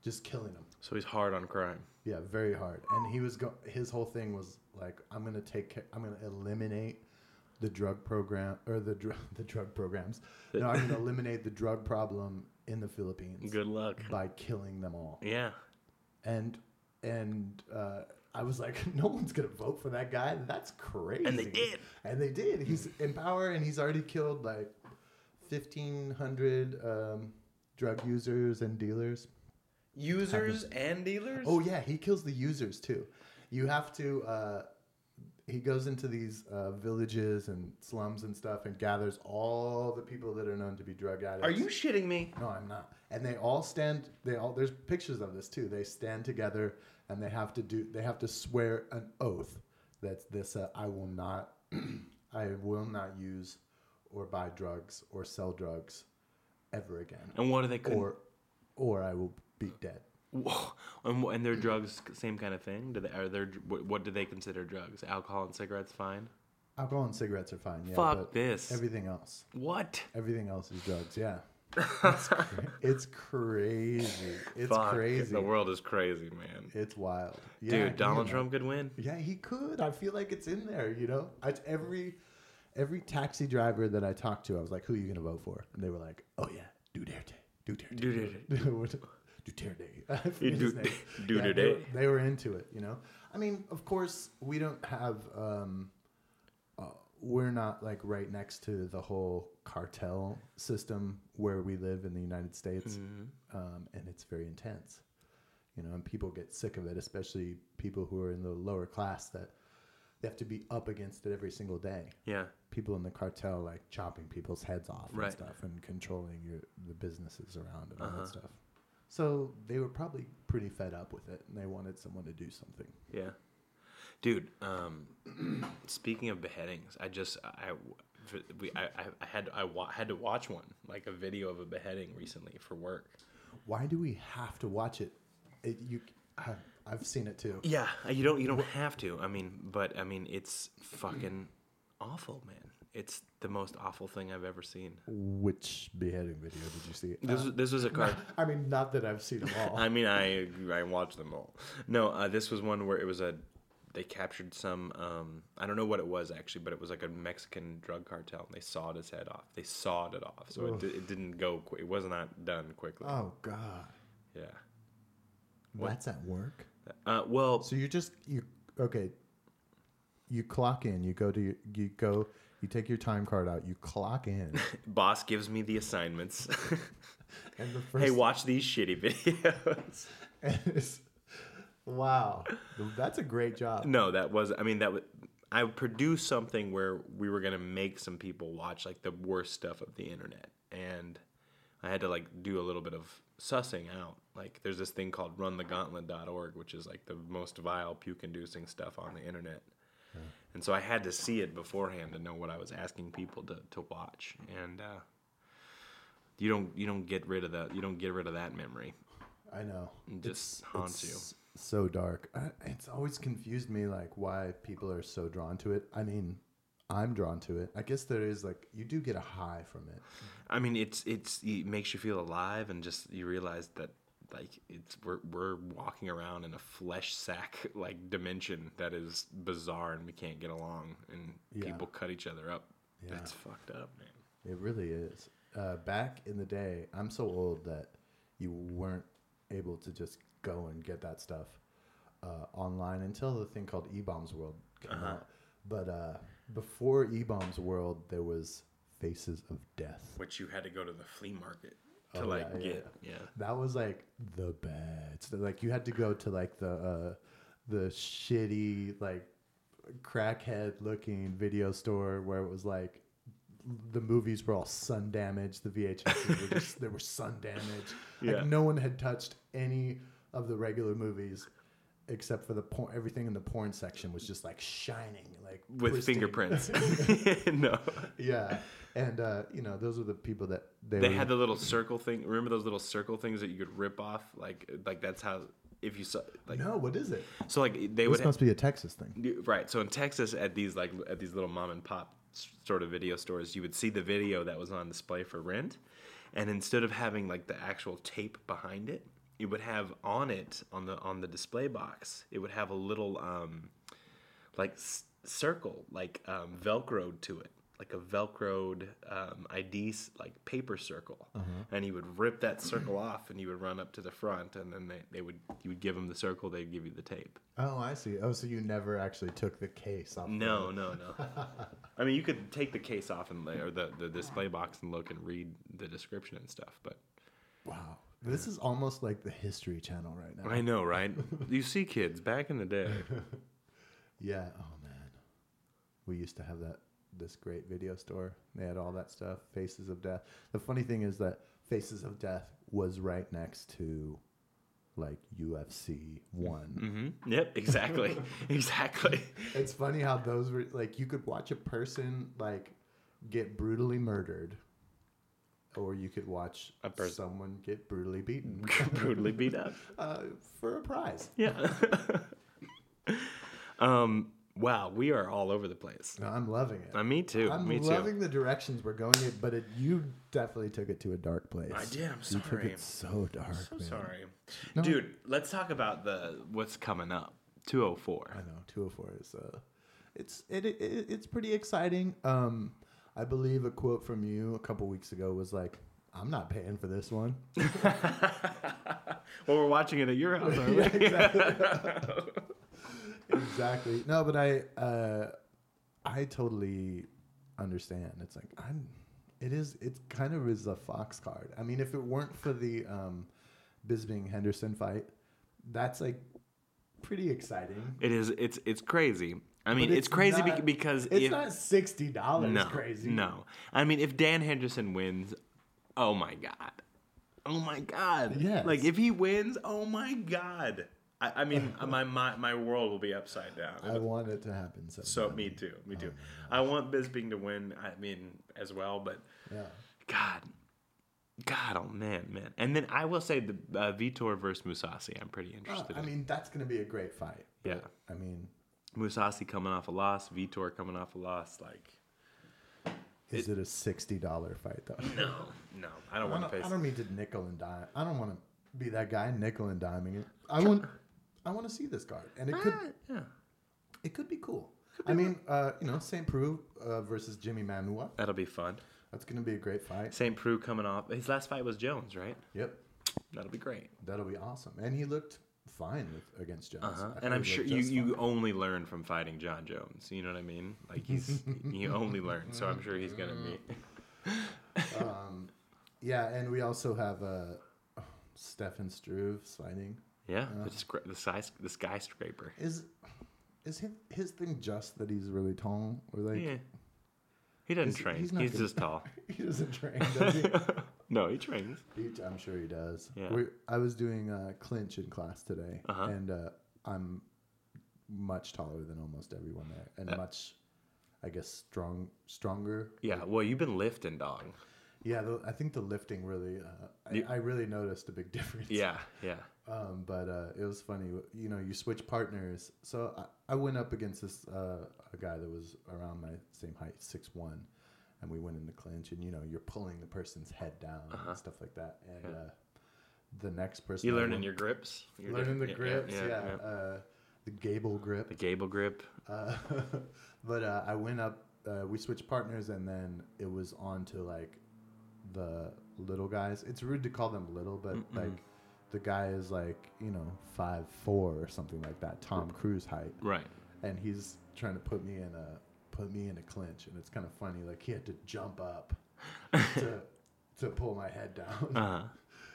Speaker 4: just killing them.
Speaker 3: So he's hard on crime.
Speaker 4: Yeah, very hard. And he was go- his whole thing was like, I'm gonna take, care- I'm gonna eliminate the drug program or the dr- the drug programs. They're not going to eliminate the drug problem in the Philippines
Speaker 3: Good luck.
Speaker 4: by killing them all.
Speaker 3: Yeah.
Speaker 4: And and uh, I was like, no one's going to vote for that guy. That's crazy.
Speaker 3: they did.
Speaker 4: And they did. He's in power, and he's already killed like fifteen hundred um, drug users and dealers.
Speaker 3: Users and dealers?
Speaker 4: Oh yeah, he kills the users too. You have to. Uh, he goes into these uh, villages and slums and stuff and gathers all the people that are known to be drug addicts.
Speaker 3: Are you shitting me?
Speaker 4: No, I'm not. And they all stand. They all. There's pictures of this too. They stand together and they have to do. They have to swear an oath that's this. Uh, I will not. I will not use, or buy drugs or sell drugs, ever again.
Speaker 3: And what are they called?
Speaker 4: Or, or I will be dead.
Speaker 3: Whoa. And, wh- and their drugs, same kind of thing. Do they are their wh- what do they consider drugs? Alcohol and cigarettes, fine.
Speaker 4: Alcohol and cigarettes are fine. Yeah,
Speaker 3: Fuck
Speaker 4: but
Speaker 3: this.
Speaker 4: Everything else.
Speaker 3: What?
Speaker 4: Everything else is drugs. Yeah. it's, cra- it's crazy. It's
Speaker 3: Fuck,
Speaker 4: crazy.
Speaker 3: The world is crazy, man.
Speaker 4: It's wild. Yeah,
Speaker 3: Dude,
Speaker 4: you
Speaker 3: Donald
Speaker 4: know.
Speaker 3: Trump could win.
Speaker 4: Yeah, he could. I feel like it's in there. You know, I, every every taxi driver that I talked to, I was like, "Who are you going to vote for?" And they were like, "Oh yeah, Duterte, Duterte,
Speaker 3: Duterte.
Speaker 4: Duterte, Duterte." I forget
Speaker 3: Du-
Speaker 4: his name.
Speaker 3: Duterte.
Speaker 4: Yeah, they, were, they were into it. You know, I mean, of course, we don't have. Um, uh, we're not like right next to the whole cartel system where we live in the United States, um, and it's very intense you know, and people get sick of it, especially people who are in the lower class that they have to be up against it every single day.
Speaker 3: Yeah.
Speaker 4: People in the cartel like chopping people's heads off
Speaker 3: Right. Uh-huh.
Speaker 4: and stuff, and controlling your the businesses around and all that stuff. So they were probably pretty fed up with it, and they wanted someone to do something.
Speaker 3: Yeah. Dude, um, speaking of beheadings, I just I we, I, I- I had I wa- had to watch one like a video of a beheading recently for work.
Speaker 4: Why do we have to watch it? it you, I, I've seen it too.
Speaker 3: Yeah, Uh, you don't you don't have to. I mean, but I mean, it's fucking awful, man. It's the most awful thing I've ever seen.
Speaker 4: Which beheading video did you see?
Speaker 3: This was- this was a car.
Speaker 4: I mean, not that I've seen them all.
Speaker 3: I mean, I I watched them all. No, uh, this was one where it was a they captured some um, I don't know what it was actually, but it was like a Mexican drug cartel, and they sawed his head off. They sawed it off, so it, di- it didn't go. Qu- it was not done quickly.
Speaker 4: oh God,
Speaker 3: Yeah.
Speaker 4: that's at work.
Speaker 3: Uh, well,
Speaker 4: So you just you okay. You clock in. You go to your, you go. You take your time card out. You clock in.
Speaker 3: boss gives me the assignments.
Speaker 4: And the first
Speaker 3: hey, watch these shitty videos.
Speaker 4: is- wow, that's a great job.
Speaker 3: No, that was. I mean, that was. I produced something where we were gonna make some people watch like the worst stuff of the internet, and I had to like do a little bit of sussing out. Like, there's this thing called RunTheGauntlet.org, which is like the most vile puke-inducing stuff on the internet. And so I had to see it beforehand to know what I was asking people to, to watch. And uh, you don't you don't get rid of that you don't get rid of that memory.
Speaker 4: I know.
Speaker 3: It just haunts you.
Speaker 4: It's so dark. I, it's always confused me, like why people are so drawn to it. I mean, I'm drawn to it. I guess there is like you do get a high from it.
Speaker 3: I mean, it's it's it makes you feel alive, and just you realize that like it's we're we're walking around in a flesh sack like dimension that is bizarre, and we can't get along, and
Speaker 4: Yeah.
Speaker 3: people cut each other up.
Speaker 4: Yeah.
Speaker 3: That's fucked up, man.
Speaker 4: It really is. Uh, back in the day, I'm so old that you weren't able to just go and get that stuff uh, online until the thing called E-Bombs World came out. But uh, before E-Bombs World, there was Faces of Death.
Speaker 3: Which you had to go to the flea market
Speaker 4: Oh,
Speaker 3: to like
Speaker 4: yeah, yeah,
Speaker 3: get, yeah.
Speaker 4: That was like the best. Like you had to go to like the uh, the shitty like crackhead looking video store where it was like the movies were all sun damaged. The VHSs were just they were sun damaged.
Speaker 3: Yeah.
Speaker 4: Like no one had touched any of the regular movies except for the porn. Everything in the porn section was just like shining, like
Speaker 3: with
Speaker 4: pristine.
Speaker 3: fingerprints. no,
Speaker 4: Yeah, and uh, you know those were the people that they,
Speaker 3: they
Speaker 4: were,
Speaker 3: had the little circle thing. Remember those little circle things that you could rip off? Like like that's how if you saw like
Speaker 4: no, what is it?
Speaker 3: so like they would.
Speaker 4: This
Speaker 3: ha-
Speaker 4: must be a Texas thing.
Speaker 3: You- Right. So in Texas, at these like at these little mom and pop s- sort of video stores, you would see the video that was on display for rent, and instead of having like the actual tape behind it, it would have on it on the on the display box, it would have a little um, like s- circle, like um, Velcroed to it, like a Velcroed um, ID, s- like paper circle. And he would rip that circle off, and he would run up to the front, and then they, they would you would give him the circle, they'd give you the tape.
Speaker 4: Oh, I see. Oh, so you never actually took the case off.
Speaker 3: No, no, no. I mean, you could take the case off and lay, or the, the display box and look and read the description and stuff, but
Speaker 4: Wow. This is almost like the History Channel right now.
Speaker 3: I know, right? you see, kids back in the day.
Speaker 4: Yeah. Oh man, we used to have that this great video store. They had all that stuff. Faces of Death. The funny thing is that Faces of Death was right next to like UFC one.
Speaker 3: hmm Yep, exactly, exactly.
Speaker 4: it's funny how those were like you could watch a person like get brutally murdered, or you could watch
Speaker 3: A pers-
Speaker 4: someone get brutally beaten
Speaker 3: Brutally beat up.
Speaker 4: uh, for a prize.
Speaker 3: Yeah. um. Wow, we are all over the place.
Speaker 4: No, I'm loving it.
Speaker 3: Uh, me too.
Speaker 4: I'm
Speaker 3: me too.
Speaker 4: loving the directions we're going in, but it, you definitely took it to a dark place.
Speaker 3: I did, I'm
Speaker 4: You took
Speaker 3: sorry.
Speaker 4: it so dark.
Speaker 3: I'm
Speaker 4: man.
Speaker 3: sorry, dude. Let's talk about the what's coming up. Two oh
Speaker 4: I
Speaker 3: four.
Speaker 4: know 204 is uh, it's it, it it's pretty exciting. Um, I believe a quote from you a couple weeks ago was like, "I'm not paying for this one."
Speaker 3: Well, we're watching it at your house. Aren't we?
Speaker 4: exactly. No, but I uh, I totally understand. It's like I'm. It is. It kind of is a fox card. I mean, if it weren't for the um, Bisbing Henderson fight, that's like pretty exciting.
Speaker 3: It is. It's it's crazy. I mean,
Speaker 4: But
Speaker 3: it's, crazy
Speaker 4: not-
Speaker 3: be- because
Speaker 4: it's
Speaker 3: if,
Speaker 4: not sixty dollars.
Speaker 3: no,
Speaker 4: crazy.
Speaker 3: no. I mean, if Dan Henderson wins, oh my god, oh my god,
Speaker 4: Yes.
Speaker 3: Like if he wins, oh my god. I, I mean, my, my my world will be upside down.
Speaker 4: I want it to happen. So,
Speaker 3: So me too, me too. I want Bisping to win. I mean, as well, but
Speaker 4: yeah.
Speaker 3: God, God, oh man, man. And then I will say the uh, Vitor versus Musasi. I'm pretty
Speaker 4: Uh,
Speaker 3: interested.
Speaker 4: I
Speaker 3: in.
Speaker 4: mean, that's gonna be a great fight.
Speaker 3: yeah,
Speaker 4: I mean,
Speaker 3: Musasi coming off a loss, Vitor coming off a loss. Like,
Speaker 4: is it a sixty dollar fight though?
Speaker 3: no, no, I don't
Speaker 4: I
Speaker 3: want to
Speaker 4: don't,
Speaker 3: face.
Speaker 4: I don't mean to nickel and dime. I don't want to be that guy nickel and diming it. I want, I want to see this card, and it could,
Speaker 3: yeah, Ah.
Speaker 4: it could be cool. I mean, uh, you know, Saint Prue uh, versus Jimmy Manua.
Speaker 3: that'll be fun.
Speaker 4: That's gonna be a great fight.
Speaker 3: St. Prue coming off his last fight was Jones, right?
Speaker 4: Yep,
Speaker 3: That'll be great.
Speaker 4: that'll be awesome. And he looked fine with against Jones.
Speaker 3: Uh-huh.
Speaker 4: I
Speaker 3: And
Speaker 4: thought
Speaker 3: I'm
Speaker 4: he
Speaker 3: sure
Speaker 4: looked
Speaker 3: you,
Speaker 4: just
Speaker 3: you
Speaker 4: fine.
Speaker 3: only learn from fighting John Jones. You know what I mean? Like he's you only learn. So I'm sure he's gonna be.
Speaker 4: yeah. And we also have uh, Stefan Struve fighting.
Speaker 3: Yeah, the, scra- the size, the skyscraper.
Speaker 4: Is is his, his thing just that he's really tall or like
Speaker 3: Yeah, he doesn't
Speaker 4: He's-
Speaker 3: train. He's,
Speaker 4: he's not gonna-
Speaker 3: just tall.
Speaker 4: he doesn't train? Does he?
Speaker 3: No, he trains.
Speaker 4: He, I'm sure he does.
Speaker 3: Yeah.
Speaker 4: we I was doing uh, clinch in class today,
Speaker 3: Uh-huh.
Speaker 4: and uh, I'm much taller than almost everyone there, and much, I guess, strong, stronger.
Speaker 3: Yeah. Well, you've been lifting, dog.
Speaker 4: Yeah, the, I think the lifting really, uh,
Speaker 3: You-
Speaker 4: I, I really noticed a big difference.
Speaker 3: Yeah, yeah.
Speaker 4: Um, but uh, it was funny, you know, you switch partners. So I, I went up against this uh, a guy that was around my same height, six one, and we went into clinch, and you know, you're pulling the person's head down and stuff like that, and uh, the next person
Speaker 3: Uh-huh. You
Speaker 4: I
Speaker 3: learning
Speaker 4: went-
Speaker 3: your grips. You're
Speaker 4: learning the
Speaker 3: diff-
Speaker 4: grips, yeah,
Speaker 3: yeah.
Speaker 4: Uh, the gable
Speaker 3: The
Speaker 4: grip.
Speaker 3: gable grip.
Speaker 4: Uh, but uh, I went up. Uh, we switched partners, and then it was on to like the little guys. It's rude to call them little, but like the guy is like you know five four or something like that, Tom Cruise height,
Speaker 3: Right.
Speaker 4: and he's trying to put me in a put me in a clinch, and it's kind of funny. Like he had to jump up to to pull my head down.
Speaker 3: Uh huh.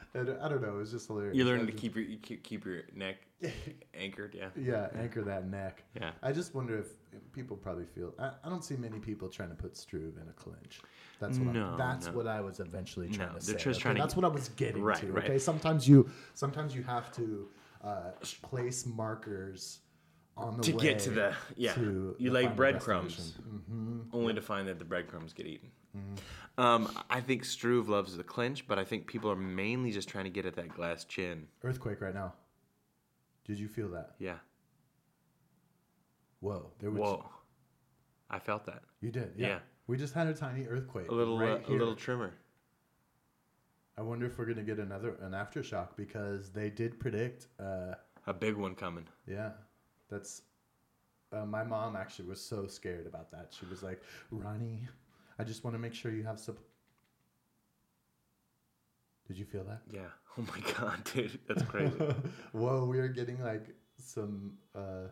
Speaker 4: and I don't know. It was just hilarious.
Speaker 3: You're
Speaker 4: I
Speaker 3: learning to
Speaker 4: just-
Speaker 3: keep your you keep, keep your neck anchored. Yeah.
Speaker 4: Yeah, anchor that neck.
Speaker 3: Yeah.
Speaker 4: I just wonder if people probably feel. I, I don't see many people trying to put Struve in a clinch. That's what
Speaker 3: No,
Speaker 4: I, that's
Speaker 3: no.
Speaker 4: what I was eventually trying
Speaker 3: No,
Speaker 4: to
Speaker 3: they're
Speaker 4: say.
Speaker 3: just trying to
Speaker 4: that's
Speaker 3: get-
Speaker 4: what I was getting
Speaker 3: Right,
Speaker 4: to.
Speaker 3: right.
Speaker 4: Okay, sometimes you sometimes you have to uh, place markers on the
Speaker 3: To
Speaker 4: way
Speaker 3: get to the yeah,
Speaker 4: to
Speaker 3: you
Speaker 4: the
Speaker 3: lay
Speaker 4: final
Speaker 3: breadcrumbs,
Speaker 4: destination. Mm-hmm.
Speaker 3: only to find that the breadcrumbs get eaten. Um, I think Struve loves the clinch, but I think people are mainly just trying to get at that glass chin.
Speaker 4: Earthquake right now. Did you feel that?
Speaker 3: Yeah.
Speaker 4: Whoa! There was
Speaker 3: Whoa. I felt that.
Speaker 4: you did. Yeah.
Speaker 3: Yeah.
Speaker 4: We just had a tiny earthquake.
Speaker 3: A little
Speaker 4: right
Speaker 3: uh, a
Speaker 4: here.
Speaker 3: little trimmer.
Speaker 4: I wonder if we're gonna get another an aftershock because they did predict. Uh,
Speaker 3: A big one coming.
Speaker 4: yeah, that's uh, my mom actually was so scared about that. She was like, Ronnie, I just want to make sure you have sup. Did you feel that?
Speaker 3: Yeah. Oh my god, dude, that's crazy.
Speaker 4: whoa, we are getting like some uh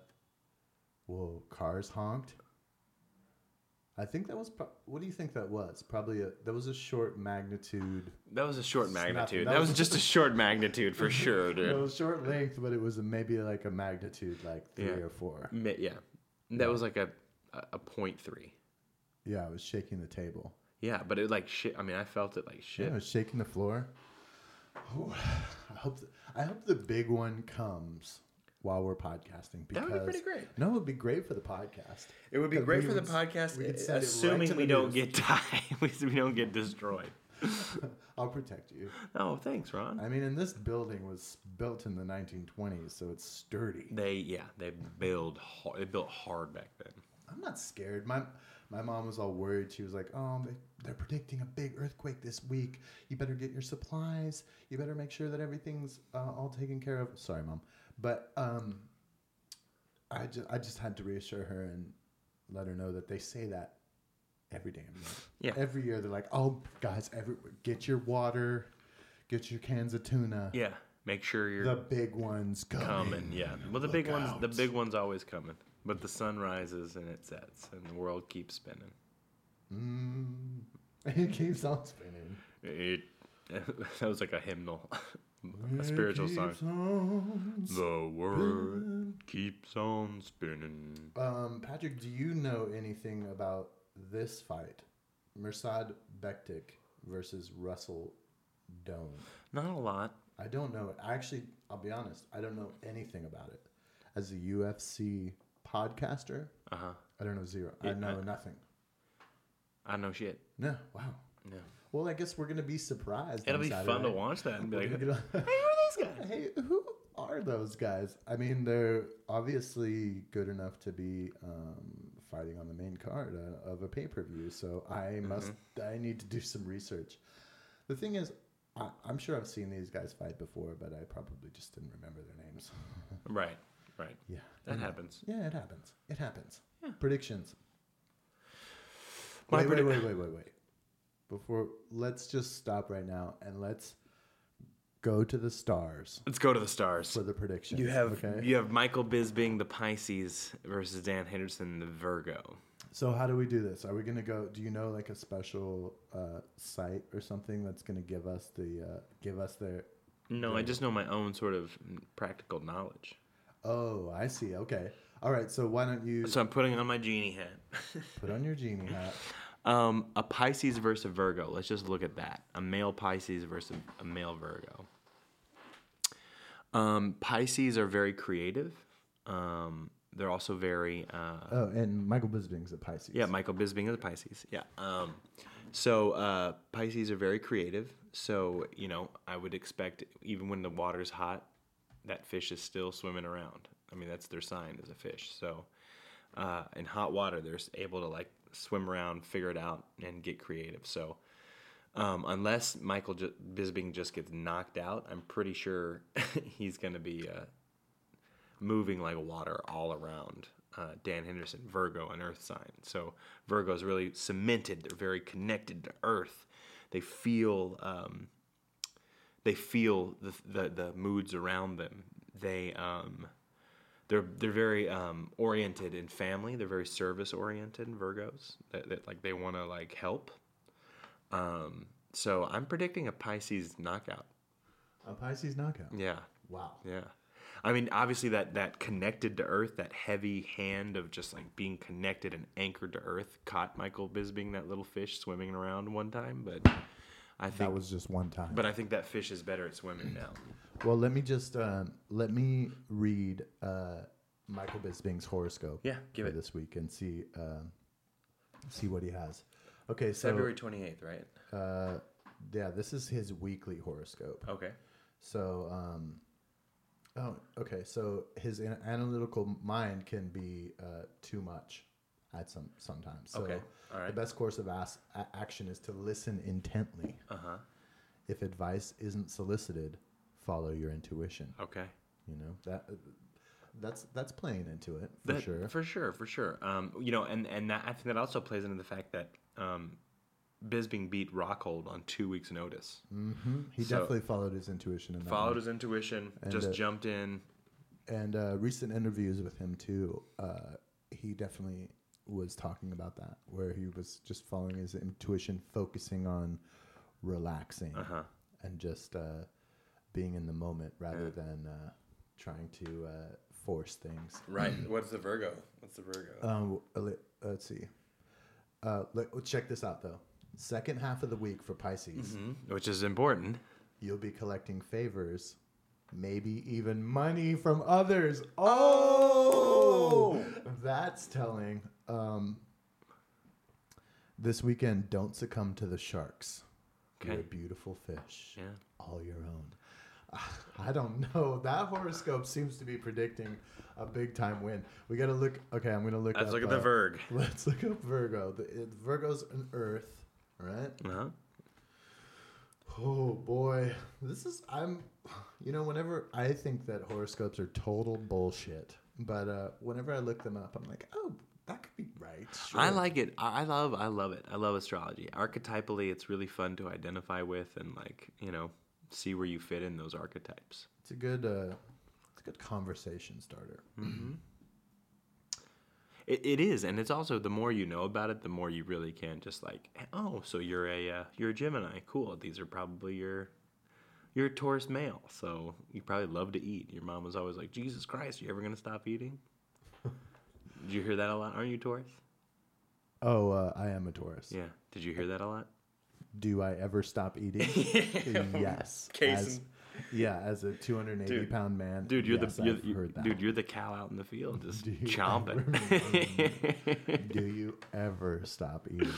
Speaker 4: whoa, cars honked. I think that was pro- what do you think that was? Probably a that was a short magnitude.
Speaker 3: that was a short
Speaker 4: nothing.
Speaker 3: magnitude.
Speaker 4: That
Speaker 3: That
Speaker 4: was-
Speaker 3: was just a short magnitude for sure,
Speaker 4: It
Speaker 3: dude.
Speaker 4: was short length, but it was a, maybe like a magnitude like 3
Speaker 3: Yeah.
Speaker 4: or 4.
Speaker 3: Mi- Yeah, that was like a a- a point three.
Speaker 4: Yeah, I was shaking the table.
Speaker 3: Yeah, but it like shit. I mean, I felt it like
Speaker 4: Yeah,
Speaker 3: shit.
Speaker 4: I was shaking the floor. Ooh, I hope th- I hope the big one comes while we're podcasting
Speaker 3: That
Speaker 4: because
Speaker 3: would be pretty great.
Speaker 4: No, it would be great for the podcast.
Speaker 3: It would be
Speaker 4: But
Speaker 3: great
Speaker 4: we
Speaker 3: for the
Speaker 4: would-
Speaker 3: podcast,
Speaker 4: we
Speaker 3: uh,
Speaker 4: could send it right
Speaker 3: assuming
Speaker 4: to the
Speaker 3: we don't
Speaker 4: news.
Speaker 3: get die, we we don't get destroyed.
Speaker 4: I'll protect you.
Speaker 3: Oh, thanks, Ron.
Speaker 4: I mean, and this building was built in the 1920s, so it's sturdy.
Speaker 3: They yeah, they build hard, they built hard back then.
Speaker 4: I'm not scared. My my mom was all worried. She was like, "Oh, they, they're predicting a big earthquake this week. You better get your supplies. You better make sure that everything's uh, all taken care of." Sorry, mom, but um, I just I just had to reassure her and let her know that they say that every damn year.
Speaker 3: Yeah.
Speaker 4: Every year they're like, "Oh, guys, every get your water, get your cans of tuna.
Speaker 3: Yeah, make sure you're
Speaker 4: The big ones coming."
Speaker 3: coming. Yeah, well, the big
Speaker 4: Look
Speaker 3: ones, the
Speaker 4: out.
Speaker 3: big ones always coming. But the sun rises and it sets, and the world keeps spinning.
Speaker 4: Mm. It keeps on spinning.
Speaker 3: It that was like a hymnal, a spiritual
Speaker 4: It
Speaker 3: song.
Speaker 4: keeps on
Speaker 3: The world keeps on spinning.
Speaker 4: Um, Patrick, do you know anything about this fight? Mirsad Bektik versus Russell Doan.
Speaker 3: Not a lot.
Speaker 4: I don't know. I Actually, I'll be honest. I don't know anything about it. As a UFC podcaster,
Speaker 3: Uh huh.
Speaker 4: I don't know zero. I
Speaker 3: Yeah,
Speaker 4: know
Speaker 3: I-
Speaker 4: nothing.
Speaker 3: I know shit.
Speaker 4: No, wow.
Speaker 3: Yeah.
Speaker 4: Well, I guess we're gonna be surprised.
Speaker 3: It'll
Speaker 4: on
Speaker 3: be fun to
Speaker 4: Saturday.
Speaker 3: watch that and be
Speaker 4: We're
Speaker 3: like,
Speaker 4: gonna get on- Hey, who are those guys? I mean, they're obviously good enough to be um, fighting on the main card uh, of a pay per view. So I
Speaker 3: Mm-hmm.
Speaker 4: must, I need to do some research. The thing is, I, I'm sure I've seen these guys fight before, but I probably just didn't remember their names.
Speaker 3: right, right.
Speaker 4: yeah,
Speaker 3: That happens.
Speaker 4: yeah, it happens. It happens.
Speaker 3: Yeah.
Speaker 4: Predictions.
Speaker 3: My
Speaker 4: wait,
Speaker 3: predic-
Speaker 4: wait, wait, wait, wait, wait. Before, let's just stop right now and let's go to the stars
Speaker 3: Let's go to the stars.
Speaker 4: for the predictions.
Speaker 3: You have
Speaker 4: okay?
Speaker 3: you have Michael Bisping the Pisces versus Dan Henderson the Virgo.
Speaker 4: So how do we do this? Are we gonna go? Do you know like a special uh, site or something that's gonna give us the uh, give us their?
Speaker 3: No, I just know my own sort of practical knowledge.
Speaker 4: Oh, I see. Okay. All right. So why don't you
Speaker 3: So I'm putting on my genie hat.
Speaker 4: put on your genie hat?
Speaker 3: um, a Pisces versus a Virgo. Let's just look at that. A male Pisces versus a male Virgo. Um, Pisces are very creative. Um, they're also very uh,
Speaker 4: Oh, and Michael Bisping's a Pisces.
Speaker 3: Yeah, Michael Bisping of the Pisces. Yeah. Um, so uh, Pisces are very creative. So you know, I would expect even when the water's hot, that fish is still swimming around. I mean, that's their sign as a fish. So uh, in hot water, they're able to like swim around, figure it out, and get creative. So um, unless Michael J- Bisping just gets knocked out, I'm pretty sure he's going to be uh, moving like water all around. Uh, Dan Henderson, Virgo, an Earth sign. So Virgo is really cemented. They're very connected to Earth. They feel um, they feel the, the the moods around them. They um, they're they're very um, oriented in family. They're very service oriented. Virgos that, that like they want to like help. Um, so I'm predicting a Pisces knockout.
Speaker 4: A Pisces knockout.
Speaker 3: Yeah,
Speaker 4: Wow.
Speaker 3: yeah. I mean, obviously that that connected to Earth, that heavy hand of just like being connected and anchored to Earth, caught Michael Bisping, that little fish swimming around one time. But I think,
Speaker 4: That was just one time.
Speaker 3: but I think that fish is better at swimming now.
Speaker 4: well, let me just um, let me read uh, Michael Bisping's horoscope.
Speaker 3: Yeah, give
Speaker 4: for
Speaker 3: it.
Speaker 4: this week and see uh, see what he has. Okay, so
Speaker 3: February twenty eighth, right?
Speaker 4: Uh, yeah, this is his weekly horoscope.
Speaker 3: Okay.
Speaker 4: So, um, oh, okay. So his an- analytical mind can be uh, too much at some sometimes. So
Speaker 3: Okay, all
Speaker 4: The
Speaker 3: right.
Speaker 4: best course of as- a- action is to listen intently.
Speaker 3: Uh huh.
Speaker 4: If advice isn't solicited, follow your intuition.
Speaker 3: Okay.
Speaker 4: You know that that's that's playing into it for
Speaker 3: That-
Speaker 4: sure.
Speaker 3: for sure, for sure. Um, you know, and and that, I think that also plays into the fact that um, Bisbing beat Rockhold on two weeks' notice.
Speaker 4: Mm-hmm. He
Speaker 3: so-
Speaker 4: definitely followed his intuition in that.
Speaker 3: Followed
Speaker 4: one.
Speaker 3: his intuition, just
Speaker 4: uh,
Speaker 3: jumped in.
Speaker 4: and uh, recent interviews with him too. Uh, he definitely was talking about that, where he was just following his intuition, focusing on relaxing
Speaker 3: Uh-huh.
Speaker 4: and just uh, being in the moment rather than uh, trying to uh, force things.
Speaker 3: Right. What's the Virgo? What's the Virgo?
Speaker 4: Um, uh, let- let's see. Uh, let, oh, check this out though. Second half of the week for Pisces,
Speaker 3: Mm-hmm. Which is important.
Speaker 4: you'll be collecting favors, maybe even money from others. Oh, that's telling. Um, this weekend, don't succumb to the sharks. You're
Speaker 3: Okay.
Speaker 4: a beautiful fish,
Speaker 3: Yeah.
Speaker 4: all your own. I don't know. That horoscope seems to be predicting a big time win. We got to look. Okay, I'm gonna look.
Speaker 3: Let's
Speaker 4: up,
Speaker 3: look at the
Speaker 4: uh,
Speaker 3: Virg.
Speaker 4: Let's look up Virgo. The, it, Virgo's an Earth, right?
Speaker 3: Uh-huh.
Speaker 4: Oh boy, this is I'm. You know, whenever I think that horoscopes are total bullshit, but uh, whenever I look them up, I'm like, oh, that could be right. Sure.
Speaker 3: I like it. I I love. I love it. I love astrology. Archetypally, it's really fun to identify with and like you know see where you fit in those archetypes.
Speaker 4: It's a good. Uh, it's a good conversation starter.
Speaker 3: It, it is, and it's also the more you know about it, the more you really can just like, oh, so you're a uh, you're a Gemini, cool. These are probably your you're a Taurus male, so you probably love to eat. Your mom was always like, Jesus Christ, you ever gonna stop eating? Did you hear that a lot? Aren't you Taurus?
Speaker 4: Oh, uh, I am a Taurus.
Speaker 3: Yeah. Did you hear that a lot?
Speaker 4: Do I ever stop eating? yes.
Speaker 3: Case
Speaker 4: As,
Speaker 3: in-
Speaker 4: yeah, as a 280
Speaker 3: Dude.
Speaker 4: pound man.
Speaker 3: Dude, you're
Speaker 4: yes,
Speaker 3: the you're,
Speaker 4: I've
Speaker 3: the- you-
Speaker 4: heard that.
Speaker 3: dude, you're the cow out in the field, just
Speaker 4: Do you
Speaker 3: chomping.
Speaker 4: Do you ever stop eating?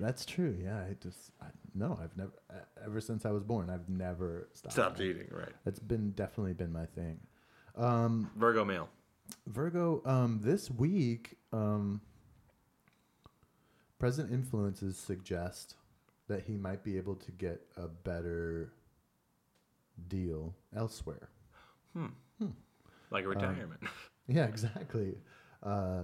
Speaker 4: That's true. Yeah, I just I, no, I've never e- ever since I was born, I've never stopped.
Speaker 3: Stopped eating, right?
Speaker 4: That's been definitely been my thing.
Speaker 3: Virgo male.
Speaker 4: Virgo, um, this week, um, present influences suggest that he might be able to get a better deal elsewhere.
Speaker 3: Like a retirement.
Speaker 4: Yeah, exactly. Uh,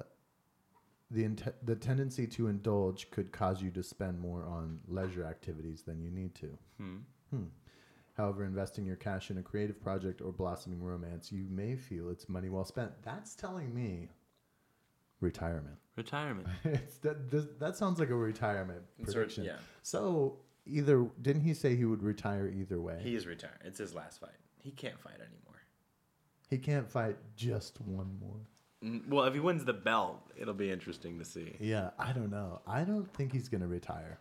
Speaker 4: the int- the tendency to indulge could cause you to spend more on leisure activities than you need to. Hmm. However, investing your cash in a creative project or blossoming romance, you may feel it's money well spent. That's telling me retirement.
Speaker 3: retirement.
Speaker 4: it's that, this, that sounds like a retirement
Speaker 3: It's a-
Speaker 4: prediction.
Speaker 3: yeah.
Speaker 4: So either didn't he say he would retire either way? He,
Speaker 3: is retired. It's his last fight. He can't fight anymore.
Speaker 4: can't fight just one more.
Speaker 3: Mm, Well, if he wins the belt, it'll be interesting to see.
Speaker 4: Yeah, I don't know. I don't think he's going to retire.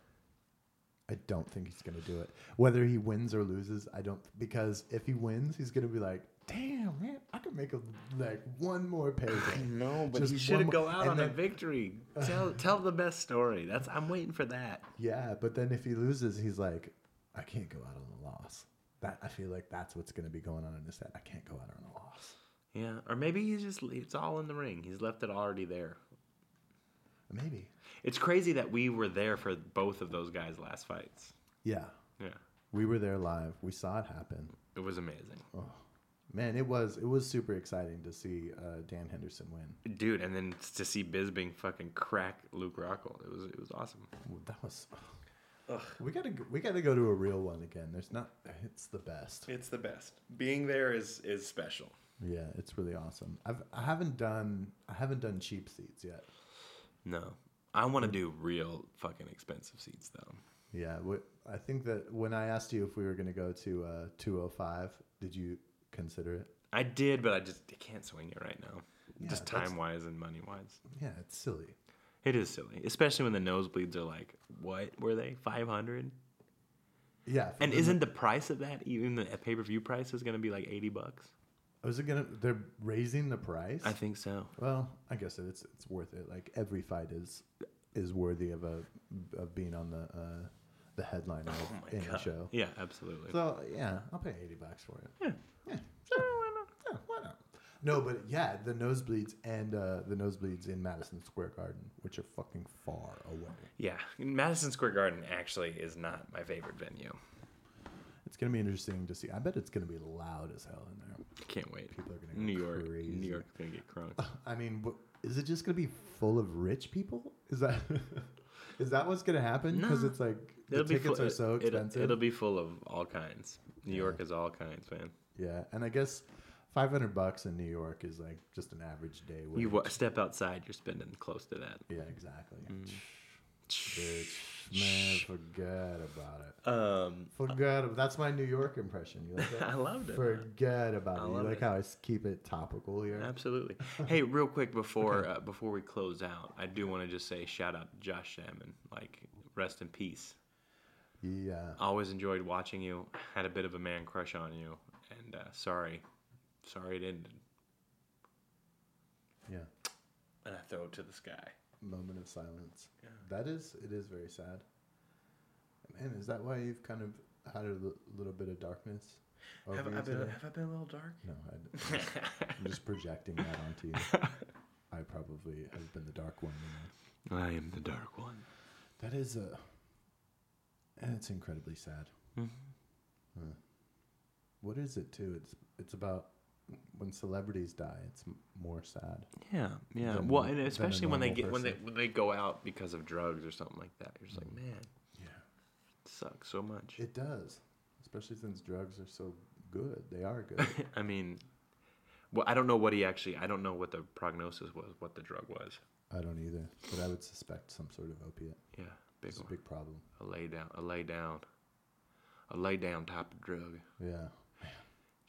Speaker 4: I don't think he's going to do it. Whether he wins or loses, I don't because if he wins, he's going to be like, "Damn, man, I could make a like one more payday."
Speaker 3: No,
Speaker 4: but
Speaker 3: he
Speaker 4: just
Speaker 3: should
Speaker 4: one
Speaker 3: go
Speaker 4: more-
Speaker 3: out
Speaker 4: and
Speaker 3: on a
Speaker 4: then-
Speaker 3: victory. Tell tell the best story. That's I'm waiting for that.
Speaker 4: Yeah, but then if he loses, he's like, "I can't go out on a loss." That I feel like that's what's going to be going on in his head. I can't go out on a loss.
Speaker 3: Yeah, or maybe he's just it's all in the ring. He's left it already there.
Speaker 4: Maybe.
Speaker 3: It's crazy that we were there for both of those guys' last fights.
Speaker 4: Yeah.
Speaker 3: Yeah,
Speaker 4: We were there live. We saw it happen.
Speaker 3: it was amazing,
Speaker 4: Man, it was it was super exciting to see uh, Dan Henderson win.
Speaker 3: dude. And then to see Bisbing fucking crack Luke Rockhold, it was it was awesome.
Speaker 4: Well, That was. We gotta g- we gotta go to a real one again. There's not. It's the best.
Speaker 3: It's the best. Being there is is special.
Speaker 4: Yeah, it's really awesome. I've I haven't done I haven't done cheap seats yet.
Speaker 3: No, I want to do real fucking expensive seats though.
Speaker 4: Yeah, wh- I think that when I asked you if we were gonna go to uh, 205, did you consider it?
Speaker 3: I did, but I just I can't swing it right now. just
Speaker 4: that's-
Speaker 3: time wise and money wise.
Speaker 4: Yeah, it's silly.
Speaker 3: It is silly, especially when the nosebleeds are like, what were they? 500?
Speaker 4: Yeah, for
Speaker 3: And
Speaker 4: the-
Speaker 3: isn't the price of that even the pay per view price is going to be like 80 bucks?
Speaker 4: was it gonna? They're raising the price.
Speaker 3: I think so.
Speaker 4: Well, I guess it's it's worth it. Like every fight is is worthy of a of being on the uh, the headliner of
Speaker 3: Oh my
Speaker 4: any
Speaker 3: God.
Speaker 4: show.
Speaker 3: Yeah, absolutely.
Speaker 4: So yeah, I'll pay eighty bucks for it.
Speaker 3: yeah.
Speaker 4: Yeah,
Speaker 3: Sure, why not?
Speaker 4: yeah, why not? No, but yeah, the nosebleeds and uh, the nosebleeds in Madison Square Garden, which are fucking far away.
Speaker 3: Yeah. Madison Square Garden actually is not my favorite venue.
Speaker 4: It's gonna be interesting to see. I bet it's gonna be loud as hell in there.
Speaker 3: Can't wait.
Speaker 4: People are gonna go
Speaker 3: New York,
Speaker 4: crazy.
Speaker 3: New York's gonna get crunk.
Speaker 4: I mean, wh- is it just gonna be full of rich people? Is that is that what's gonna happen? Because
Speaker 3: Nah.
Speaker 4: it's like
Speaker 3: It'll
Speaker 4: the
Speaker 3: be
Speaker 4: tickets
Speaker 3: full-
Speaker 4: are so
Speaker 3: it'll-
Speaker 4: expensive.
Speaker 3: It'll, be full of all kinds. New York is all kinds, man.
Speaker 4: yeah, and I guess five hundred bucks in New York is like just an average day.
Speaker 3: You
Speaker 4: wage.
Speaker 3: wa- step outside, you're spending close to that.
Speaker 4: Yeah, exactly. Bitch, man, forget about it.
Speaker 3: Um,
Speaker 4: Forget ab- That's my New York impression. You like
Speaker 3: I
Speaker 4: that?
Speaker 3: loved it.
Speaker 4: Forget about
Speaker 3: I
Speaker 4: it. You
Speaker 3: love
Speaker 4: like
Speaker 3: it.
Speaker 4: how I s- keep it topical here?
Speaker 3: Absolutely. Hey, real quick before uh, before we close out, I do want to just say shout out to Josh Salmon. Like, rest in peace.
Speaker 4: Yeah.
Speaker 3: Always enjoyed watching you. Had a bit of a man crush on you, and uh, sorry, sorry it ended.
Speaker 4: Yeah.
Speaker 3: And I throw it to the sky.
Speaker 4: Moment of silence. That is, it is very sad. Man, is that why you've kind of had a l- little bit of darkness? Over
Speaker 3: Have
Speaker 4: you
Speaker 3: I been?
Speaker 4: today?
Speaker 3: Have I been a little dark?
Speaker 4: No, I, am just projecting that onto you. I probably have been the dark one. you know.
Speaker 3: I am the dark one.
Speaker 4: That is a. And it's incredibly sad. Mm-hmm. Huh. What is it too? It's it's about when celebrities die. It's m- more sad.
Speaker 3: Yeah, yeah.
Speaker 4: than-
Speaker 3: well, and
Speaker 4: than a
Speaker 3: especially when they
Speaker 4: normal
Speaker 3: get when they
Speaker 4: person.
Speaker 3: when they go out because of drugs or something like that. You're just like, man,
Speaker 4: Yeah,
Speaker 3: it sucks so much.
Speaker 4: it does. Especially since drugs are so good. They are good.
Speaker 3: I mean, well, I don't know what he actually. I don't know what the prognosis was, what the drug was.
Speaker 4: I don't either, but I would suspect some sort of opiate.
Speaker 3: Yeah, big
Speaker 4: It's a
Speaker 3: one.
Speaker 4: big problem.
Speaker 3: A lay down, a lay down, a lay down type of drug.
Speaker 4: Yeah.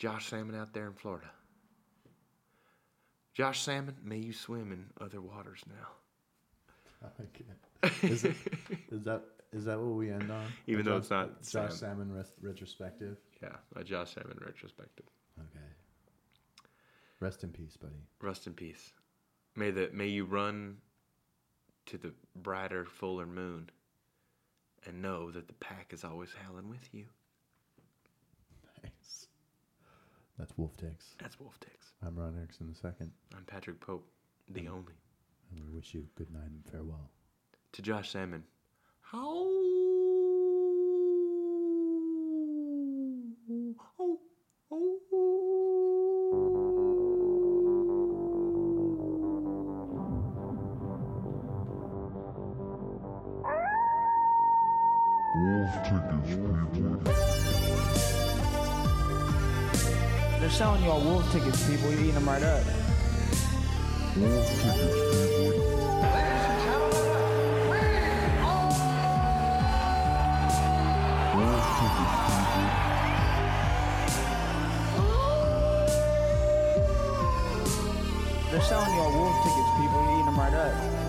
Speaker 3: Josh Salmon out there in Florida. Josh Salmon, may you swim in other waters now.
Speaker 4: I like it. Is, it, is that is that what we end on?
Speaker 3: Even
Speaker 4: A
Speaker 3: though
Speaker 4: Josh-
Speaker 3: it's not
Speaker 4: Josh
Speaker 3: Sam.
Speaker 4: Salmon res- retrospective.
Speaker 3: Yeah, a Josh Salmon retrospective.
Speaker 4: Okay. Rest in peace, buddy.
Speaker 3: Rest in peace. May the may you run to the brighter, fuller moon, and know that the pack is always howling with you.
Speaker 4: Nice. That's Wolf Takes.
Speaker 3: That's Wolf Ticks.
Speaker 4: I'm Ron Erickson the second,
Speaker 3: I'm Patrick Pope, the only.
Speaker 4: and we wish you good night and farewell.
Speaker 3: To Josh Salmon. How? Oh,
Speaker 2: They're selling you all wolf tickets, people. You're eating them right up. They're selling you all wolf tickets, people. You're eating them right up.